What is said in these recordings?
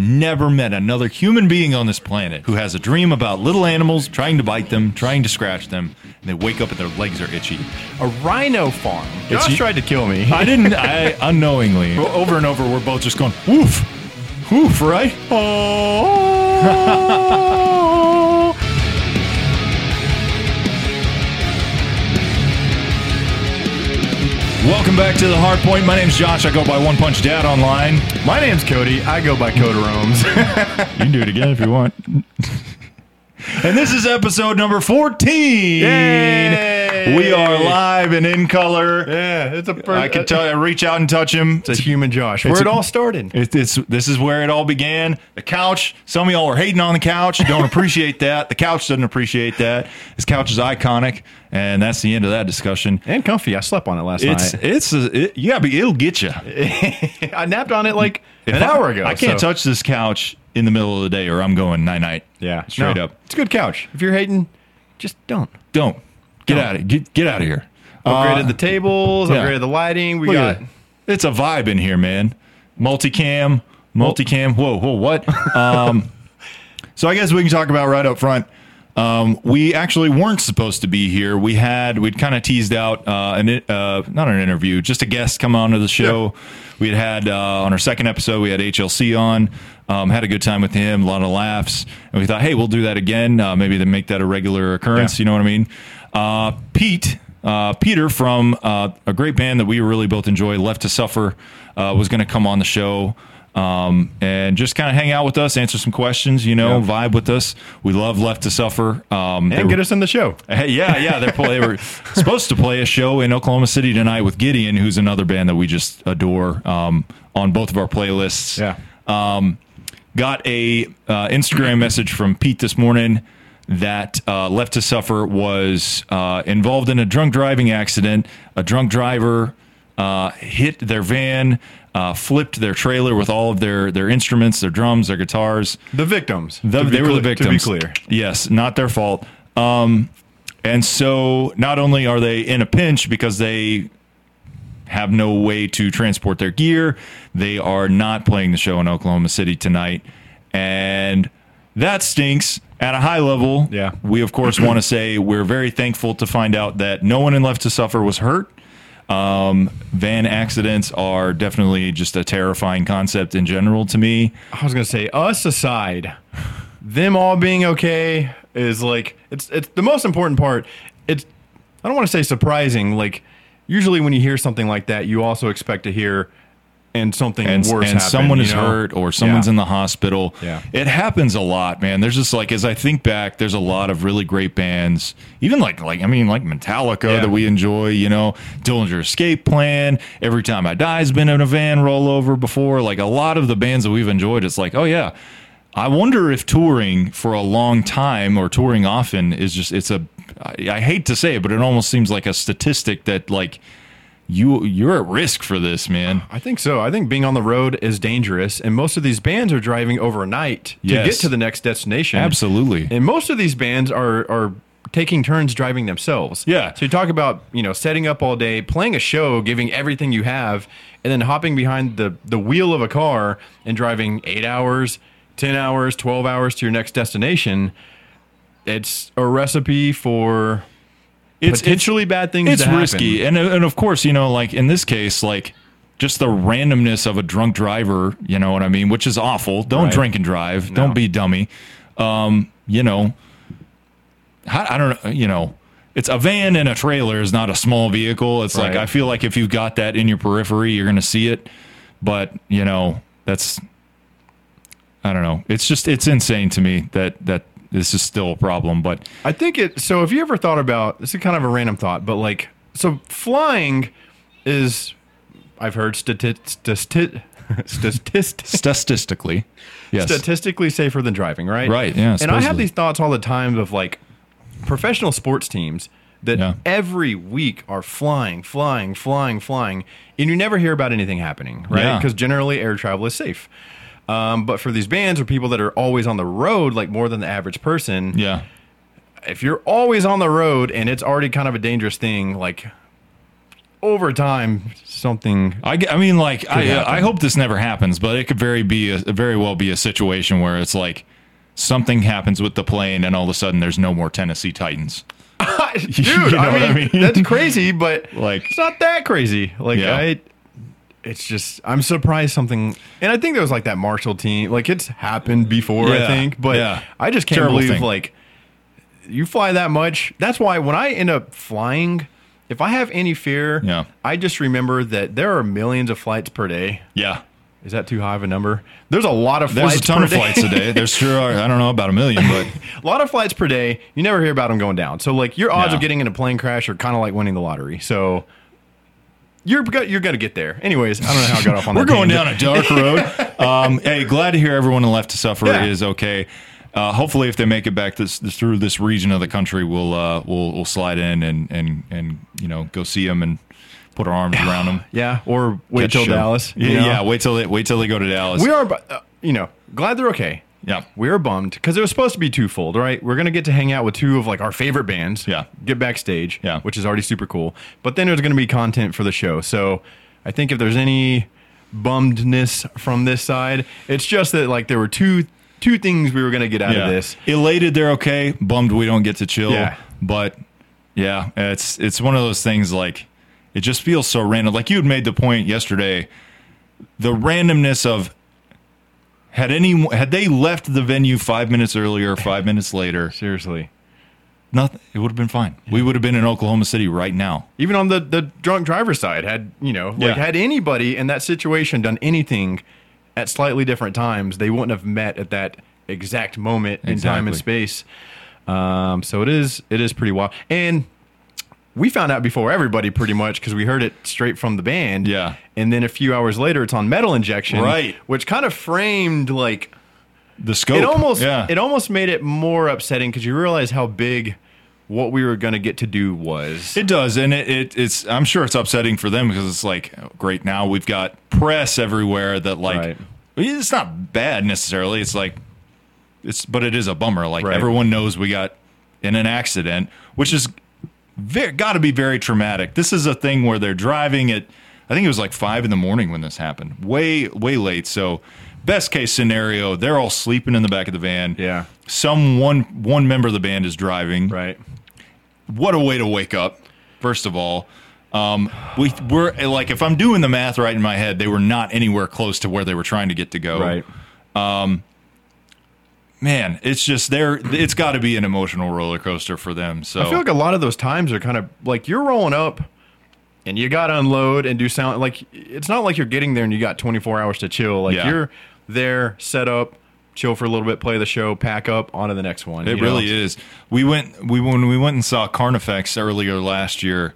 never met another human being on this planet who has a dream about little animals trying to bite them, trying to scratch them, and they wake up and their legs are itchy. A rhino farm. It's Josh you- tried to kill me. I didn't, I unknowingly, o- over and over, we're both just going, woof, woof, right? Oh. Welcome back to the Hard Point. My name's Josh. I go by One Punch Dad online. My name's Cody. I go by Coderomes. You can do it again if you want. and this is episode number 14. Yay! We are live and in color. yeah, it's a person. I can tell. I reach out and touch him. It's a human Josh. It's Where it a- all started. It, it's this is where it all began. The couch. Some of y'all are hating on the couch. Don't appreciate that. The couch doesn't appreciate that. This couch is iconic, and that's the end of that discussion. and comfy. I slept on it last It's night. it's a, it, yeah, but it'll get you. I napped on it like an hour ago. I can't so- touch this couch in the middle of the day, or I'm going night night. Yeah, straight no. up. It's a good couch. If you're hating, just don't. Don't get out of get get out of here. Upgraded Uh, the tables. yeah. Upgraded the lighting. We Look got. at it. It's a vibe in here, man. Multicam, multicam. Whoa, whoa, what? Um, so I guess we can talk about right up front. Um, we actually weren't supposed to be here. We had we'd kind of teased out uh, an i- uh, not an interview, just a guest come onto the show. We had had uh, on our second episode, we had HLC on. Um, had a good time with him, a lot of laughs, and we thought, hey, we'll do that again. Uh, maybe then make that a regular occurrence. You know what I mean? Uh, Pete, uh, Peter from uh, a great band that we really both enjoy, Left to Suffer, uh, was going to come on the show um, and just kind of hang out with us, answer some questions, you know, vibe with us. We love Left to Suffer. Um, they And were- get us in the show. Hey, yeah, yeah. They're play, they were supposed to play a show in Oklahoma City tonight with Gideon, who's another band that we just adore um, on both of our playlists. Yeah. Um, got a uh, Instagram message from Pete this morning that uh, Left to Suffer was uh, involved in a drunk driving accident. A drunk driver uh, hit their van, uh, flipped their trailer with all of their their instruments, their drums, their guitars. The victims. The- to be they were the clear- victims. To be clear. Yes, not their fault. Um, and so not only are they in a pinch because they have no way to transport their gear, they are not playing the show in Oklahoma City tonight. And that stinks at a high level. Yeah. We, of course, want to say we're very thankful to find out that no one in Left to Suffer was hurt. Um, van accidents are definitely just a terrifying concept in general to me. I was gonna say us aside, them all being okay is like it's it's the most important part. It's I don't want to say surprising. Like usually when you hear something like that, you also expect to hear and something and, worse. and happen, someone you is know? hurt or someone's Yeah. in the hospital. Yeah. It happens a lot, man. There's just like as I think back, there's a lot of really great bands, even like like I mean like Metallica Yeah. that we enjoy, you know, Dillinger Escape Plan, Every Time I Die has been in a van rollover before, like a lot of the bands that we've enjoyed, it's like, oh yeah. I wonder if touring for a long time or touring often is just it's a I, I hate to say it, but it almost seems like a statistic that like you you're at risk for this, man. I think so. I think being on the road is dangerous, and most of these bands are driving overnight to Yes. get to the next destination. Absolutely. And most of these bands are are taking turns driving themselves. Yeah. So you talk about, you know, setting up all day, playing a show, giving everything you have, and then hopping behind the the wheel of a car and driving 8 hours, 10 hours, 12 hours to your next destination. It's a recipe for It's it's potentially bad things it's to happen. risky and and of course you know like in this case like just the randomness of a drunk driver you know what i mean which is awful don't Right. drink and drive don't be dummy um you know I, I don't know you know it's a van and a trailer is not a small vehicle it's like Right. i feel like if you've got that in your periphery you're gonna see it but you know that's i don't know it's just it's insane to me that that this is still a problem but I think it. So, have you ever thought about this? Is kind of a random thought, but like, so flying is, I've heard stati- stati- statist- statistically yes statistically safer than driving, right? Right, yeah, And I have supposedly. these thoughts all the time of like professional sports teams that Yeah. every week are flying, flying, flying, flying, and you never hear about anything happening, right? Yeah. Because generally air travel is safe. Um, but for these bands or people that are always on the road, like more than the average person, yeah if you're always on the road and it's already kind of a dangerous thing, like over time something. I, g- I mean, like, I, happen. I hope this never happens, but it could very be a, very well be a situation where it's like something happens with the plane, and all of a sudden there's no more Tennessee Titans. Dude, know I, what I mean, mean? that's crazy, but Like- like it's not that crazy. Like Yeah. I, it's just I'm surprised something, and I think there was like that Marshall team. Like it's happened before, Yeah, I think, but yeah. I just can't Terrible believe thing. like you fly that much. That's why when I end up flying, if I have any fear, Yeah. I just remember that there are millions of flights per day. Yeah, Is that too high of a number? There's a lot of there's flights a ton per of flights a day. There's sure are. I don't know about a million, but a lot of flights per day. You never hear about them going down. So like your odds Yeah. of getting in a plane crash are kind of like winning the lottery. So you're go- you're gonna get there. Anyways, I don't know how I got off on. We're that going tangent. down a dark road. Um, hey, glad to hear everyone in Left to Suffer Yeah. is okay. Uh, hopefully, if they make it back this, this- through this region of the country, we'll uh, we'll, we'll slide in and, and and you know go see them and put our arms around them. Yeah, or wait till Dallas. Yeah, you know? yeah, wait till they wait till they go to Dallas. we are, bu- uh, you know, glad they're okay. yeah, We are bummed because it was supposed to be twofold, right? We're gonna get to hang out with two of like our favorite bands. Yeah. Get backstage. Yeah. Which is already super cool. But then there's gonna be content for the show. So I think if there's any bummedness from this side, it's just that like there were two two things we were gonna get out yeah. of this. Elated, they're okay. Bummed, we don't get to chill. Yeah. But yeah, it's it's one of those things. Like it just feels so random. Like you had made the point yesterday, the randomness of had any had they left the venue five minutes earlier, five minutes later, Seriously. nothing. It would have been fine. We would have been in Oklahoma City right now. Even on the, the drunk driver's side, had you know, like Yeah. had anybody in that situation done anything at slightly different times, they wouldn't have met at that exact moment in time Exactly. and space. Um, so it is it is pretty wild. And we found out before everybody pretty much because we heard it straight from the band. Yeah. And then a few hours later it's on metal injection. Right. Which kind of framed like The scope. it almost yeah. it almost made it more upsetting because you realize how big what we were gonna get to do was. It does, and it, it it's I'm sure it's upsetting for them because it's like great now we've got press everywhere that like Right. I mean, it's not bad necessarily. It's like it's but it is a bummer. Like Right. everyone knows we got in an accident, which is very got to be very traumatic. This is a thing where they're driving at I think it was like five in the morning when this happened, way way late. So best case scenario, they're all sleeping in the back of the van. Yeah. Some one one member of the band is driving Right. what a way to wake up first of all um, we were like if i'm doing the math right in my head they were not anywhere close to where they were trying to get to go Right. man it's just there it's got to be an emotional roller coaster for them so I feel like a lot of those times are kind of like you're rolling up and you got to unload and do sound like it's not like you're getting there and you got 24 hours to chill. Like Yeah. you're there, set up, chill for a little bit, play the show, pack up, on to the next one. it really is we went we when we went and saw carnifex earlier last year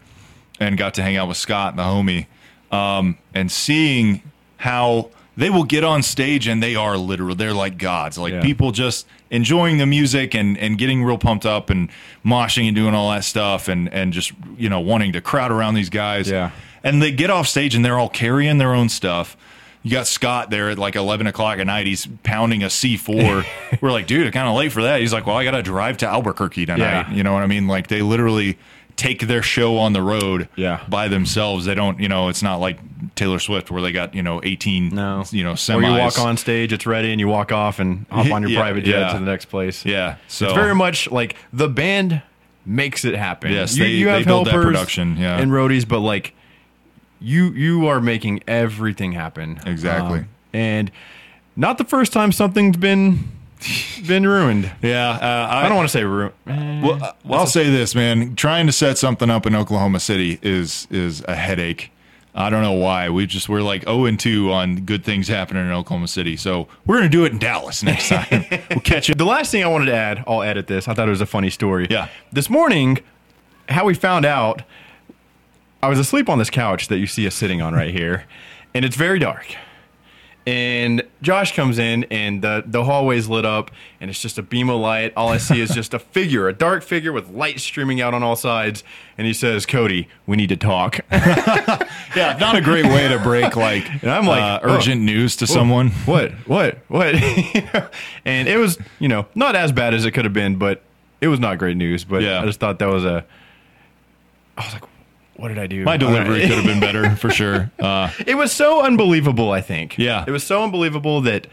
and got to hang out with scott the homie um, and seeing how they will get on stage and they are literal they're like gods like Yeah. people just enjoying the music and and getting real pumped up and moshing and doing all that stuff and and just you know wanting to crowd around these guys Yeah. and they get off stage and they're all carrying their own stuff you got Scott there at like 11 o'clock at night. He's pounding a C4. We're like, dude, kind of late for that. He's like, well, I got to drive to Albuquerque tonight. Yeah. You know what I mean? Like, they literally take their show on the road Yeah. by themselves. They don't, you know, it's not like Taylor Swift where they got, you know, 18, No. you know, Or semis. you walk on stage, it's ready, and you walk off and hop on your Yeah, private jet yeah. to the next place. Yeah. So, It's very much like the band makes it happen. Yes, they- they build that production, yeah. and roadies, but like you you are making everything happen Um, Exactly. and not the first time something's been been ruined. yeah. Uh, I don't want to say ruined. Well, uh, well, I'll say this, man. Trying to set something up in Oklahoma City is is a headache. I don't know why. We just we're like 0 and 2 on good things happening in Oklahoma City. So we're gonna do it in Dallas next time. we'll catch it. The last thing I wanted to add, I'll edit this. I thought it was a funny story. Yeah. This morning, how we found out, I was asleep on this couch that you see us sitting on right here, and it's very dark. And Josh comes in, and the, the hallway's lit up, and it's just a beam of light. All I see is just a figure, a dark figure with light streaming out on all sides. And he says, Cody, we need to talk. Yeah, not a great way to break like And I'm like, uh, oh. urgent news to someone. what what what You know? and it was you know not as bad as it could have been but it was not great news but Yeah. i just thought that was a i was like what did I do? My delivery Uh, could have been better for sure. Uh, it was so unbelievable. I think. Yeah. It was so unbelievable that,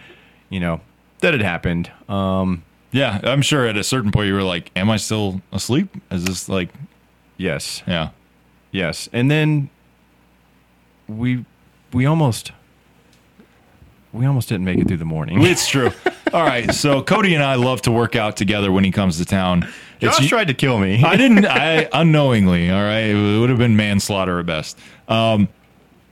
you know, that it happened. Um. yeah, I'm sure at a certain point you were like, "Am I still asleep? Is this like, Yes. yeah, Yes. And then we we almost we almost didn't make it through the morning. it's true." All right, so Cody and I love to work out together when he comes to town. It's- Josh tried to kill me. I didn't. I unknowingly. All right, it would have been manslaughter at best. Um,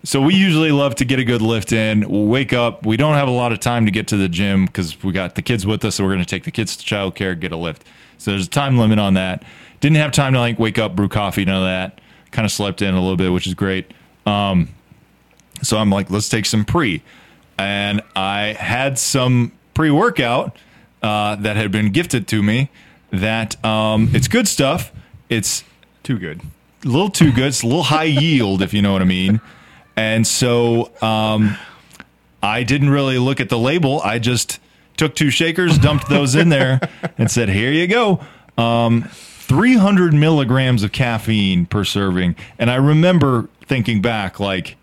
so we usually love to get a good lift in. We'll wake up. We don't have a lot of time to get to the gym because we got the kids with us, so we're going to take the kids to childcare, get a lift. So there's a time limit on that. Didn't have time to like wake up, brew coffee, none of that. Kind of slept in a little bit, which is great. Um, So I'm like, let's take some pre. And I had some pre workout uh, that had been gifted to me that um, it's good stuff. It's Too good. a little too good. It's a little high yield, if you know what I mean. And so um, I didn't really look at the label. I just took two shakers, dumped those in there, and said, here you go. Um, 300 milligrams of caffeine per serving. And I remember thinking back, like,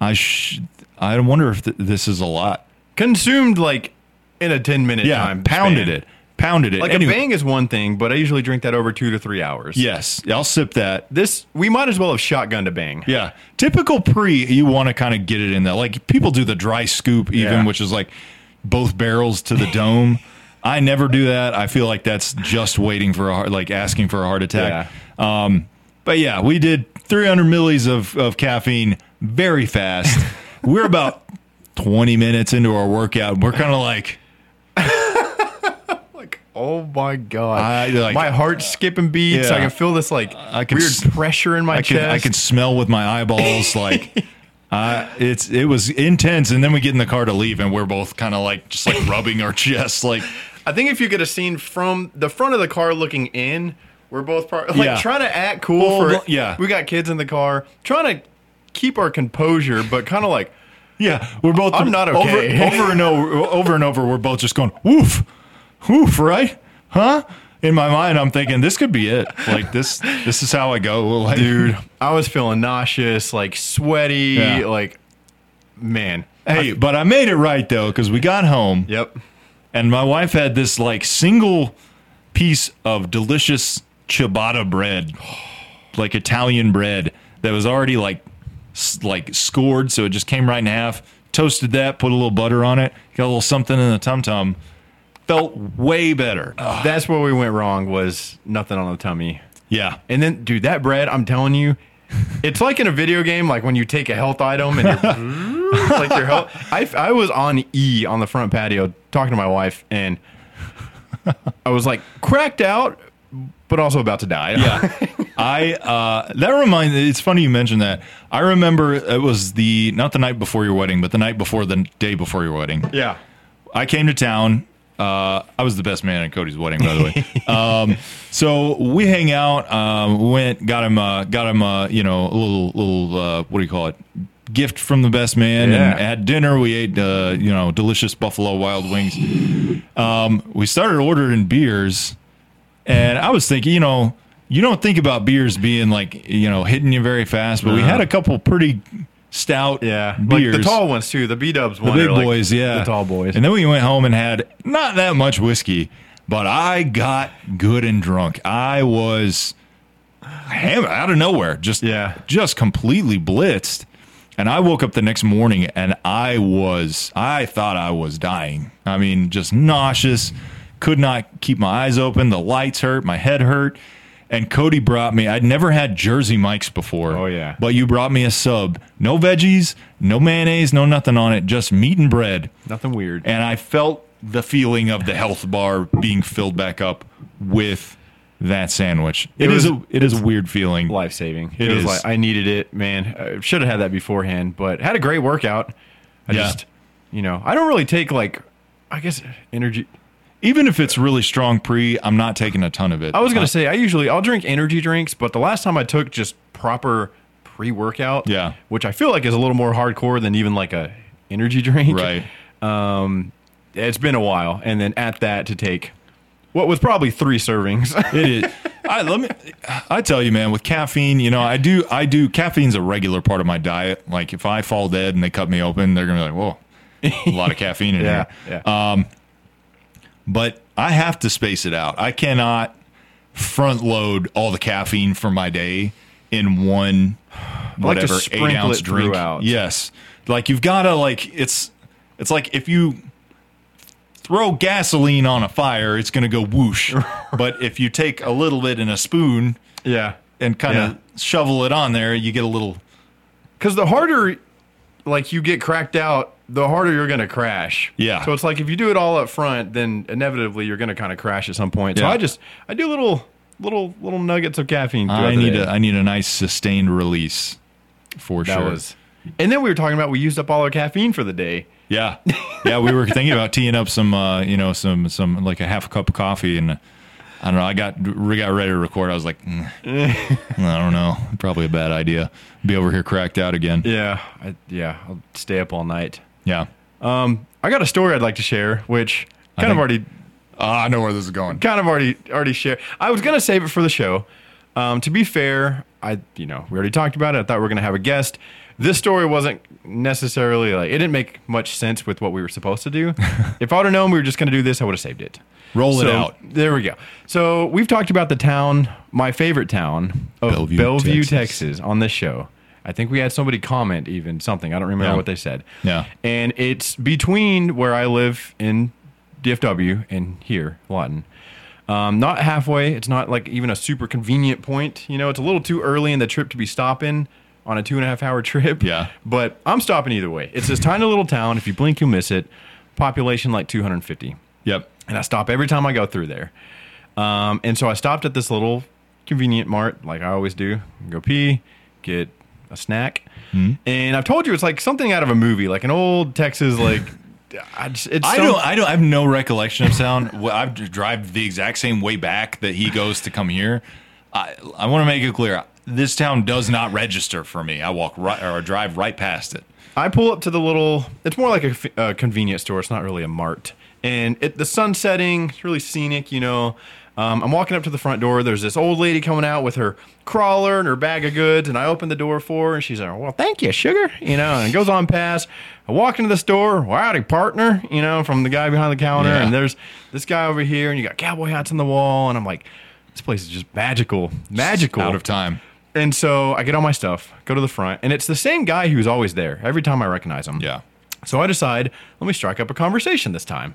I sh- I wonder if th- this is a lot. Consumed like in a 10 minute Yeah, time. pounded span. it, pounded it. Like Anyway, a bang is one thing, but I usually drink that over 2 to 3 hours. Yes, I'll sip that. This we might as well have shotgunned a bang. Yeah. Typical pre, you want to kind of get it in there. Like people do the dry scoop, even, Yeah. which is like both barrels to the dome. I never do that. I feel like that's just waiting for a heart, like asking for a heart attack. Um, but yeah, we did 300 millis of, of caffeine very fast. We're about 20 minutes into our workout. We're kind of like, Like oh my god. I, like- my heart's skipping beats. Yeah. I can feel this like can weird s- pressure in my I can, chest. I can smell with my eyeballs. Like, uh, it's it was intense. And then we get in the car to leave, and we're both kind of like just like rubbing our chests, like I think if you get a scene from the front of the car looking in, we're both pro- like Yeah. trying to act cool Well, for yeah. We got kids in the car, trying to keep our composure, but kind of like Yeah, we're both. I'm not okay. Over, over and over, over and over, we're both just going woof, woof, right? Huh? In my mind, I'm thinking this could be it. Like this, this is how I go. Like, dude, I was feeling nauseous, like sweaty, Yeah. like man. Hey, but I made it right though because we got home Yep. and my wife had this like single piece of delicious ciabatta bread, like Italian bread that was already like s- like scored, so it just came right in half. Toasted that, put a little butter on it, got a little something in the tum tum. Felt way better. That's where we went wrong was nothing on the tummy. Yeah. And then dude, that bread, I'm telling you, it's like in a video game, like when you take a health item and you're, like your health. I, I was on E on the front patio talking to my wife, and I was like cracked out, but also about to die. Yeah. I uh that reminds it's funny you mentioned that. I remember it was the not the night before your wedding, but the night before the day before your wedding. yeah. I came to town. Uh, I was the best man at Cody's wedding, by the way. um, so we hang out. Um, went got him. Uh, got him. Uh, you know, a little little. Uh, what do you call it? Gift from the best man. Yeah. And at dinner, we ate. Uh, you know, delicious buffalo wild wings. Um, we started ordering beers, and I was thinking, you know, you don't think about beers being like you know hitting you very fast, but we had a couple pretty stout Yeah. beers Like the tall ones too, the B Dubs one, the big are like boys, yeah, the tall boys. And then we went home and had not that much whiskey, but I got good and drunk. I was hammered out of nowhere, just Yeah. just completely blitzed. And I woke up the next morning and I was, I thought I was dying. I mean, just nauseous, could not keep my eyes open. The lights hurt, my head hurt. And Cody brought me, I'd never had Jersey Mike's before. Oh, yeah. But you brought me a sub. No veggies, no mayonnaise, no nothing on it, just meat and bread. Nothing weird. And I felt the feeling of the health bar being filled back up with that sandwich. it is was- a, it is a weird feeling. Life saving. It It, was is. like I needed it, man. I should have had that beforehand, but had a great workout. I Yeah. just, you know, I don't really take like, I guess energy. Even if it's really strong pre, I'm not taking a ton of it. I was gonna say I usually I'll drink energy drinks, but the last time I took just proper pre workout, Yeah. which I feel like is a little more hardcore than even like a energy drink, Right. Um, it's been a while, and then at that to take what was probably three servings. It is. I let me. I tell you, man, with caffeine, you know, I do. I do. Caffeine's a regular part of my diet. Like if I fall dead and they cut me open, they're gonna be like, "Whoa, a lot of caffeine in Yeah, here." yeah. But I have to space it out. I cannot front load all the caffeine for my day in one like to whatever eight sprinkle ounce it drink. throughout. Yes, like you've got to like it's. It's like if you throw gasoline on a fire, it's going to go whoosh. but if you take a little bit in a spoon yeah, and kind of shovel it on there, you get a little. because the harder, like you get cracked out, the harder you're gonna crash. Yeah. So it's like if you do it all up front, then inevitably you're gonna kind of crash at some point. So Yeah. I just I do little little little nuggets of caffeine. throughout I the need day. a I need a nice sustained release, for That sure. was. And then we were talking about we used up all our caffeine for the day. Yeah, yeah. We were thinking about teeing up some, uh, you know, some some like a half a cup of coffee, and uh, I don't know. I got we got ready to record. I was like, "Mm, I don't know, probably a bad idea. Be over here cracked out again. Yeah, I, yeah, I'll stay up all night. Yeah. Um, I got a story I'd like to share, which kind of think- already, Ah, I know where this is going. kind of already, already share. I was gonna save it for the show. Um, to be fair, I, you know, we already talked about it. I thought we were gonna have a guest. This story wasn't necessarily like it didn't make much sense with what we were supposed to do. if I would have known we were just gonna do this, I would have saved it. Roll it So, out. There we go. So we've talked about the town, my favorite town of Bellevue, Bellevue, Texas. Texas. on this show. I think we had somebody comment even something. I don't remember Yeah. what they said. Yeah. And it's between where I live in DFW and here, Lawton. Um, not halfway. It's not like even a super convenient point. You know, it's a little too early in the trip to be stopping on a two and a half hour trip. Yeah. But I'm stopping either way. It's this tiny little town. If you blink, you miss it. Population like 250 Yep. and I stop every time I go through there. Um, and so I stopped at this little convenient mart, like I always do. Go pee, get a snack, Hmm. and I've told you it's like something out of a movie, like an old Texas like. I, just, it's I some- don't. I don't. I have no recollection of sound. Well, I've drive the exact same way back that he goes to come here. I, I want to make it clear. This town does not register for me. I walk right or I drive right past it. I pull up to the little. It's more like a, f- a convenience store. It's not really a mart. And it, the sun's setting. It's really scenic, you know. Um, I'm walking up to the front door. There's this old lady coming out with her crawler and her bag of goods, and I open the door for her, and she's like, "Well, thank you, sugar," you know, and goes on past. I walk into the store. Well, howdy, partner, you know, from the guy behind the counter, Yeah. and there's this guy over here, and you got cowboy hats on the wall, and I'm like, "This place is just magical, magical." Out of time. And so I get all my stuff, go to the front, and it's the same guy who's always there every time I recognize him. Yeah. So I decide, let me strike up a conversation this time.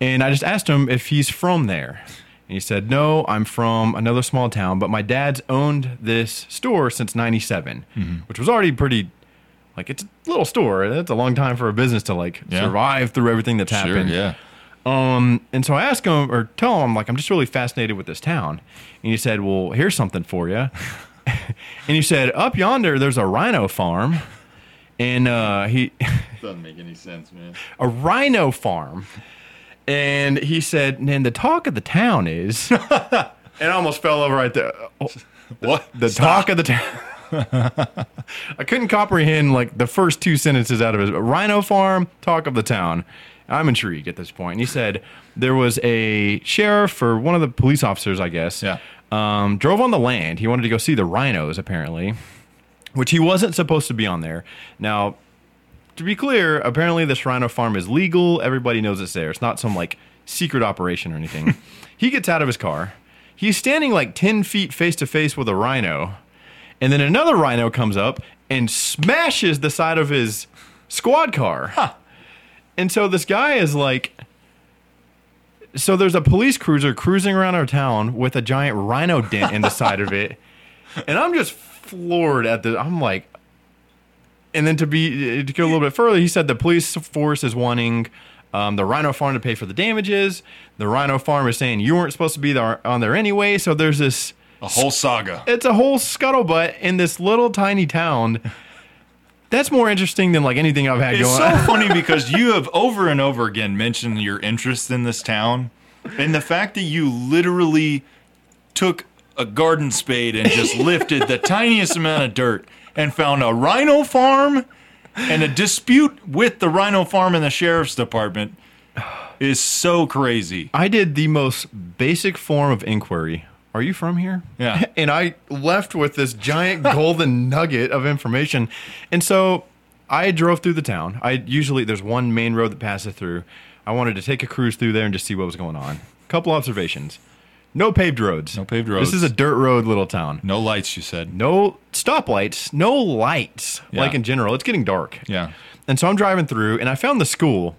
And I just asked him if he's from there. And he said, no, I'm from another small town, but my dad's owned this store since 97, Mm-hmm. which was already pretty, like, it's a little store. That's a long time for a business to, like, Yeah. survive through everything that's Sure. happened. Yeah. Um, and so I asked him or tell him, like, I'm just really fascinated with this town. And he said, Well, here's something for you. and he said, Up yonder, there's a rhino farm. And uh, he, Doesn't make any sense, man. a rhino farm. And he said, And the talk of the town is, and I almost fell over right there. Oh, What? the talk of the town. I couldn't comprehend like the first two sentences out of his Rhino Farm, talk of the town. I'm intrigued at this point. And he said there was a sheriff or one of the police officers, I guess. Yeah. Um, drove on the land. He wanted to go see the rhinos, apparently, which he wasn't supposed to be on there. Now, to be clear, apparently this rhino farm is legal. Everybody knows it's there. It's not some like secret operation or anything. he gets out of his car. He's standing like 10 feet face to face with a rhino. And then another rhino comes up and smashes the side of his squad car. And so this guy is like, so there's a police cruiser cruising around our town with a giant rhino dent in the side of it. And I'm just floored at the, I'm like, and then to be to go a little bit further, he said the police force is wanting um, the Rhino Farm to pay for the damages. The Rhino Farm is saying you weren't supposed to be there on there anyway. So there's this. A whole saga. It's a whole scuttlebutt in this little tiny town. That's more interesting than like anything I've had It's going. so on. funny because you have over and over again mentioned your interest in this town and the fact that you literally took a garden spade and just lifted the tiniest amount of dirt and found a rhino farm and a dispute with the rhino farm and the sheriff's department is so crazy. I did the most basic form of inquiry "Are you from here?" Yeah. and I left with this giant golden nugget of information, and so I drove through the town. I usually there's one main road that passes through. I wanted to take a cruise through there and just see what was going on. Couple observations: no paved roads. No paved roads. This is a dirt road little town No lights, you said. no stoplights, no lights, Yeah. like in general. It's getting dark. Yeah. And so I'm driving through and I found the school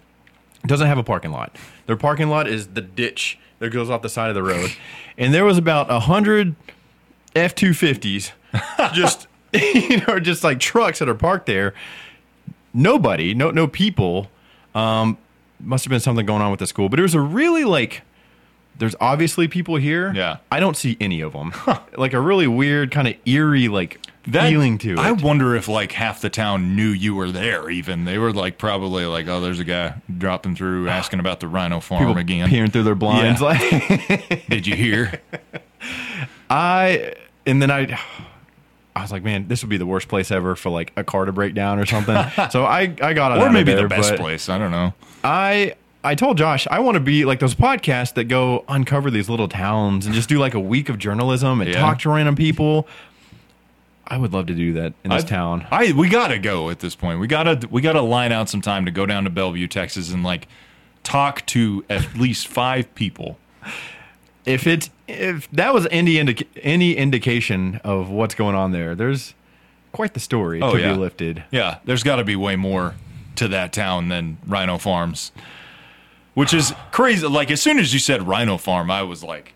doesn't have a parking lot. Their parking lot is the ditch that goes off the side of the road. and there was about a hundred F two fifties just you know, just like trucks that are parked there. Nobody, no no people. Um must have been something going on with the school. But it was a really like there's obviously people here. Yeah. I don't see any of them. like a really weird kind of eerie like That- feeling to it. I wonder if like half the town knew you were there. Even they were like probably like, oh, there's a guy dropping through asking about the rhino farm People again. peering through their blinds Yeah. like Did you hear? I and then I I was like, man, this would be the worst place ever for like a car to break down or something. so I I got it out or of maybe the there, best but place. I don't know. I I told Josh I want to be like those podcasts that go uncover these little towns and just do like a week of journalism and Yeah. talk to random people. I would love to do that in this town. I we gotta go at this point. We gotta we gotta line out some time to go down to Bellevue, Texas, and like talk to at least five people. If it's if that was any indica- any indication of what's going on there, there's quite the story Oh, to yeah. be lifted. Yeah, there's got to be way more to that town than Rhino Farms, which is crazy. Like as soon as you said Rhino Farm, I was like,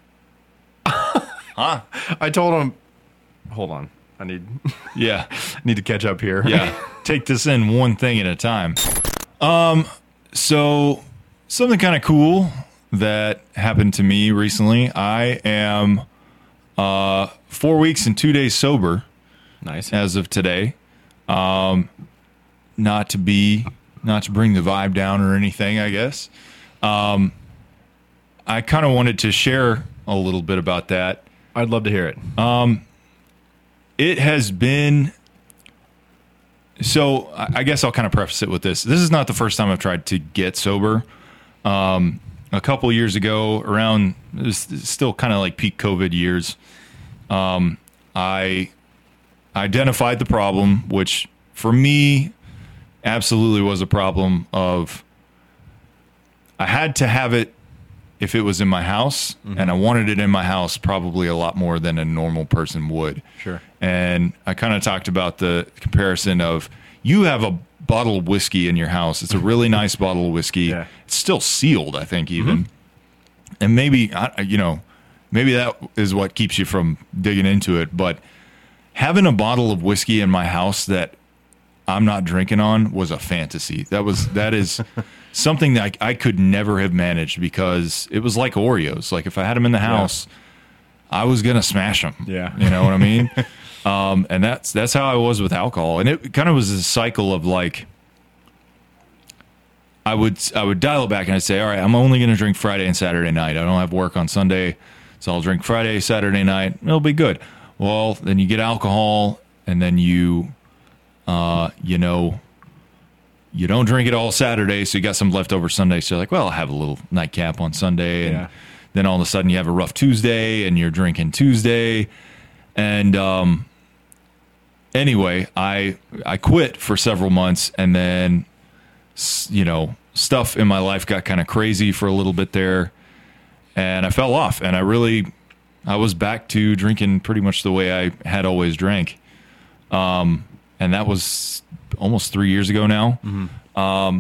I told him, hold on, I need yeah, need to catch up here. yeah. Take this in one thing at a time. Um, so something kind of cool that happened to me recently. I am uh four weeks and two days sober. nice. as of today. Um, not to be, not to bring the vibe down or anything, I guess. Um, I kind of wanted to share a little bit about that. I'd love to hear it. Uh, It has been. So I I guess I'll kind of preface it with this. This is not the first time I've tried to get sober. Um, a couple years ago, around it was still kind of like peak COVID years, um, I identified the problem, which for me absolutely was a problem of I had to have it if it was in my house and I wanted it in my house probably a lot more than a normal person would. Sure. And I kind of talked about the comparison of you have a bottle of whiskey in your house. It's a really nice bottle of whiskey. Yeah. It's still sealed, I think even. And maybe I- you know, maybe that is what keeps you from digging into it, but having a bottle of whiskey in my house that I'm not drinking on was a fantasy. That was that is something that I, I could never have managed because it was like Oreos. Like if I had them in the house, I was gonna smash them. Yeah. you know what I mean. um, and that's that's how I was with alcohol, and it kind of was a cycle of like. I would I would dial it back and I'd say, all right, I'm only going to drink Friday and Saturday night. I don't have work on Sunday, so I'll drink Friday, Saturday night. It'll be good. Well, then you get alcohol, and then you, uh, you know, you don't drink it all Saturday, so you got some leftover Sunday. So you're like, well, I'll have a little nightcap on Sunday, and Yeah. then all of a sudden you have a rough Tuesday, and you're drinking Tuesday, and um, anyway, I I quit for several months, and then s- you know stuff in my life got kind of crazy for a little bit there, and I fell off, and I really I was back to drinking pretty much the way I had always drank, um, and that was almost three years ago now. Um, Mm-hmm.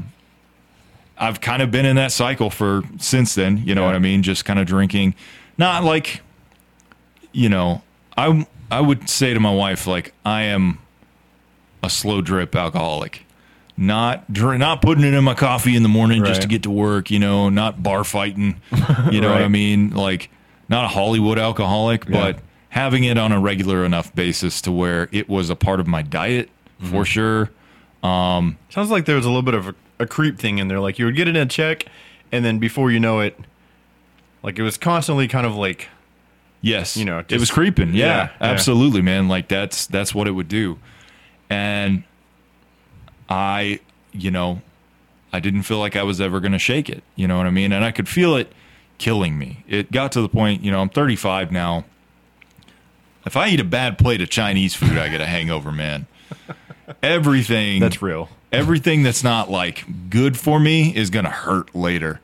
I've kind of been in that cycle for since then. You know Yeah. what I mean? Just kind of drinking, not like you know, I I would say to my wife like I am a slow drip alcoholic. Not dr- not putting it in my coffee in the morning just Right. to get to work, you know, not bar fighting, you know what I Right. mean? Like not a Hollywood alcoholic, but having it on a regular enough basis to where it was a part of my diet for sure. Sounds like there was a little bit of a, a creep thing in there. Like you would get it in a check, and then before you know it, like it was constantly kind of like Yes. You know, it just- was creeping. Yeah, Yeah, yeah. absolutely, man. Like that's that's what it would do. And I, you know, I didn't feel like I was ever going to shake it, you know what I mean? And I could feel it killing me. It got to the point, you know, I'm 35 now. If I eat a bad plate of Chinese food, I get a hangover, man. Everything That's real. Everything that's not like good for me is going to hurt later.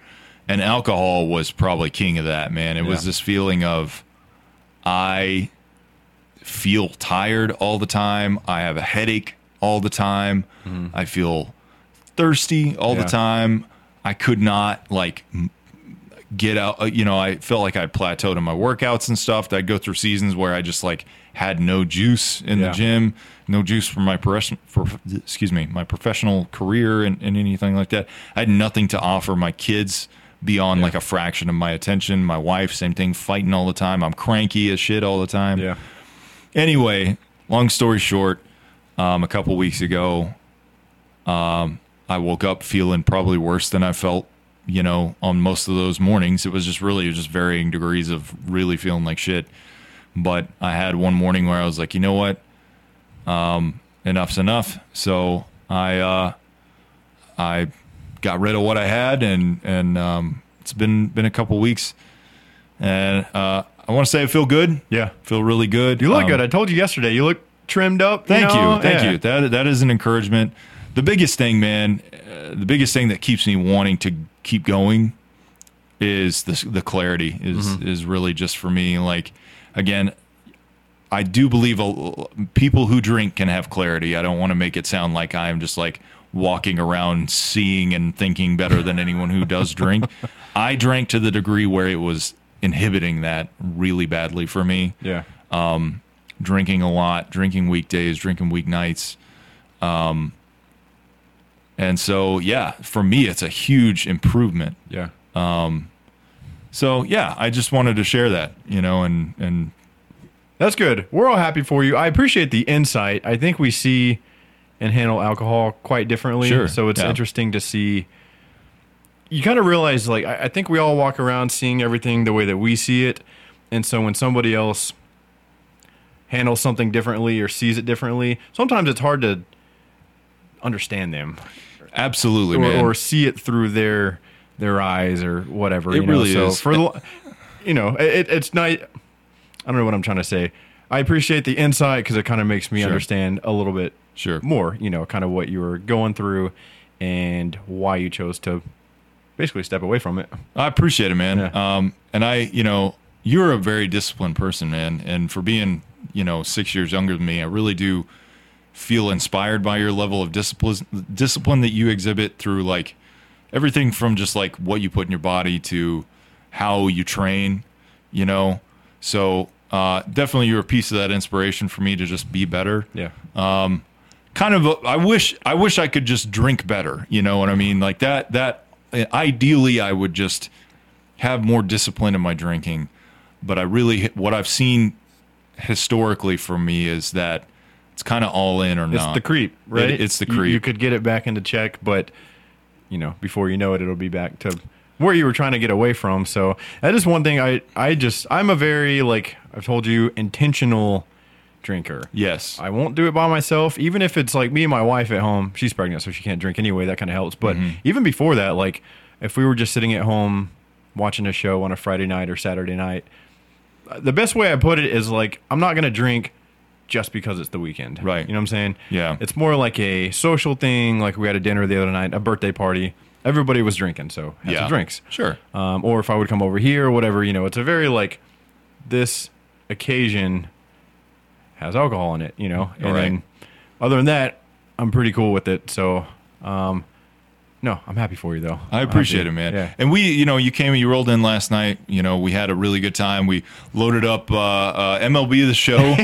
And alcohol was probably king of that, man. It was Yeah. this feeling of I feel tired all the time. I have a headache all the time. I feel thirsty all Mm-hmm. Yeah. the time. I could not like m- get out. uh, You know, I felt like I plateaued in my workouts and stuff. I'd go through seasons where I just like had no juice in Yeah. the gym, no juice for my profession, for excuse me, my professional career and, and anything like that. I had nothing to offer my kids beyond like a fraction of my attention. My wife, same thing, fighting all the time. I'm cranky as shit all the time Yeah. anyway, long story short, um, a couple weeks ago, um, I woke up feeling probably worse than I felt, you know, on most of those mornings. It was just really, it was just varying degrees of really feeling like shit. But I had one morning where I was like, you know what, um, enough's enough. So I, uh, I got rid of what I had, and and um, it's been been a couple weeks, and uh, I want to say I feel good. Yeah. Feel really good. You look Um, good. I told you yesterday. You look trimmed up. Thank you, know? thank Yeah. you. That that is an encouragement. The biggest thing, man, uh, the biggest thing that keeps me wanting to keep going is the the clarity is Mm-hmm. is really just for me. Like again, I do believe a, people who drink can have clarity. I don't want to make it sound like I am just like walking around seeing and thinking better than anyone who does drink. I drank to the degree where it was inhibiting that really badly for me Yeah. drinking a lot, drinking weekdays, drinking weeknights. Um, and so, yeah, for me, it's a huge improvement. Yeah. So, yeah, I just wanted to share that, you know, and, and That's good. We're all happy for you. I appreciate the insight. I think we see and handle alcohol quite differently. Sure, So it's yeah. interesting to see. You kind of realize, like, I, I think we all walk around seeing everything the way that we see it. And so when somebody else handles something differently or sees it differently, sometimes it's hard to understand them absolutely, or, man. or see it through their their eyes or whatever. It you know? really so is. For the, you know, it, it's not. I don't know what I'm trying to say. I appreciate the insight because it kind of makes me understand a little bit Sure. more. You know, kind of what you were going through and why you chose to basically step away from it. I appreciate it, man. Yeah. Um, and I, you know, you're a very disciplined person, man. And for being, you know, six years younger than me, I really do feel inspired by your level of discipline, discipline that you exhibit through like everything from just like what you put in your body to how you train, you know. So uh, definitely, you're a piece of that inspiration for me to just be better Yeah. kind of a, I wish I wish I could just drink better, you know what I mean? Like that that uh, ideally I would just have more discipline in my drinking, but I really what I've seen historically for me is that it's kind of all in or it's not. the creep, right? It- it's the You- You, creep. could get it back into check, but you know, before you know it, it'll be back to where you were trying to get away from. So that is one thing. I I just I'm a very like I've told you intentional drinker. yes. I won't do it by myself, even if it's like me and my wife at home. She's pregnant, so she can't drink anyway. That kind of helps. But Mm-hmm. even before that, like if we were just sitting at home watching a show on a Friday night or Saturday night, uh, the best way I put it is like I'm not gonna drink just because it's the weekend. Right. You know what I'm saying? Yeah. It's more like a social thing. Like we had a dinner the other night, a birthday party. Everybody was drinking, so had Yeah. some drinks Sure. um, or if I would come over here or whatever. You know, it's a very like this occasion has alcohol in it. You know, and Right. then other than that, I'm pretty cool with it. So, um, no, I'm happy for you though. I appreciate it, man. Yeah. And we, you know, you came and you rolled in last night. You know, we had a really good time. We loaded up uh, uh, MLB the Show,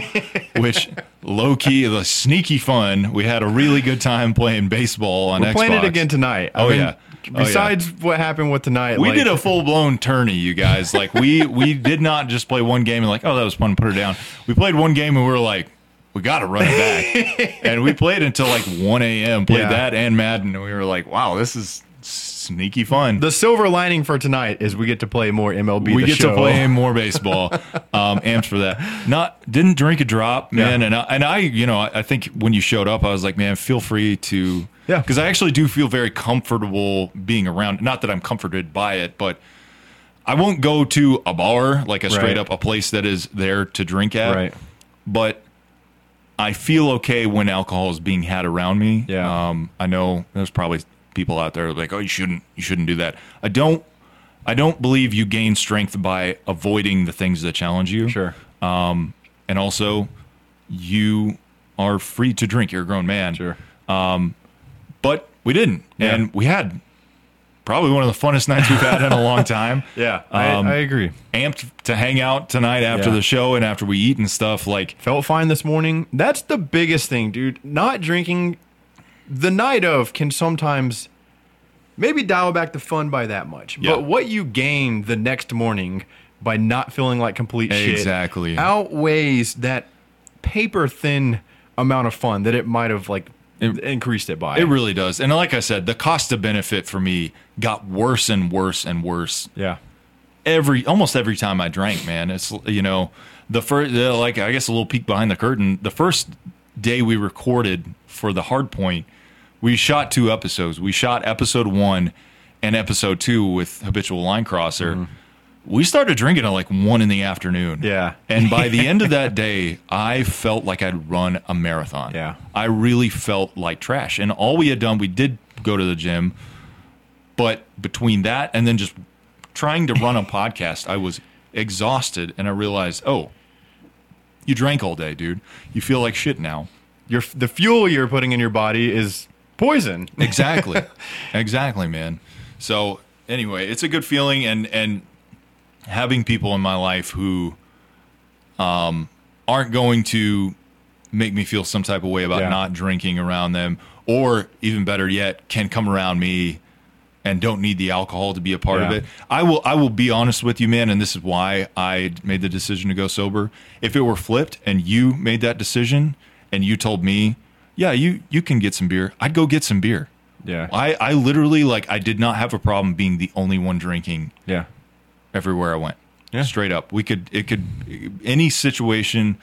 which low key, the sneaky fun. We had a really good time playing baseball on We're Xbox. playing it again tonight. I Oh, mean, yeah. Oh, yeah. Besides what happened with tonight, We like- did a full blown tourney, you guys. Like we we did not just play one game and like, oh, that was fun, put it down. We played one game and we were like, we got to run it back, and we played until like one a.m. Played Yeah. that and Madden, and we were like, wow, this is sneaky fun. The silver lining for tonight is we get to play more MLB. we The get Show. to play more baseball. um, amped for that. Not didn't drink a drop, man. Yeah. And I, and I, you know, I, I think when you showed up, I was like, man, feel free to, Yeah. because I actually do feel very comfortable being around. Not that I'm comforted by it, but I won't go to a bar like a straight Right. up a place that is there to drink at. Right. but I feel okay when alcohol is being had around me. Yeah. Um, I know there's probably people out there like, oh, you shouldn't, you shouldn't do that. I don't, I don't believe you gain strength by avoiding the things that challenge you. Sure. And also, you are free to drink. You're a grown man. Sure. But we didn't, Yeah. and we had probably one of the funnest nights we've had in a long time. Yeah. I, Um, I agree. amped to hang out tonight after Yeah. the show and after we eat and stuff. Like, Felt fine this morning. That's the biggest thing, dude. Not drinking the night of can sometimes maybe dial back the fun by that much. Yeah. But what you gain the next morning by not feeling like complete shit Exactly. outweighs that paper thin amount of fun that it might have like increased it by. It really does. And like I said, the cost to benefit for me got worse and worse and worse yeah. every almost every time I drank, man. It's you know, the first like I guess a little peek behind the curtain, the first day we recorded for the hard point, we shot two episodes. We shot episode 1 and episode 2 with habitual line crosser. We started drinking at like 1 in the afternoon. Yeah. And by the end of that day, I felt like I'd run a marathon. Yeah. I really felt like trash. And all we had done, we did go to the gym, but between that and then just trying to run a podcast, I was exhausted and I realized, oh, you drank all day, dude. You feel like shit now. Your the fuel you're putting in your body is poison. Exactly. exactly, man. So anyway, it's a good feeling and and having people in my life who um aren't going to make me feel some type of way about Yeah. not drinking around them or even better yet can come around me and don't need the alcohol to be a part of Yeah. it. I will I will be honest with you man and this is why I made the decision to go sober. If it were flipped and you made that decision and you told me, "Yeah, you you can get some beer." I'd go get some beer. Yeah. I I literally like I did not have a problem being the only one drinking Yeah. everywhere I went. Yeah. Straight up. We could it could any situation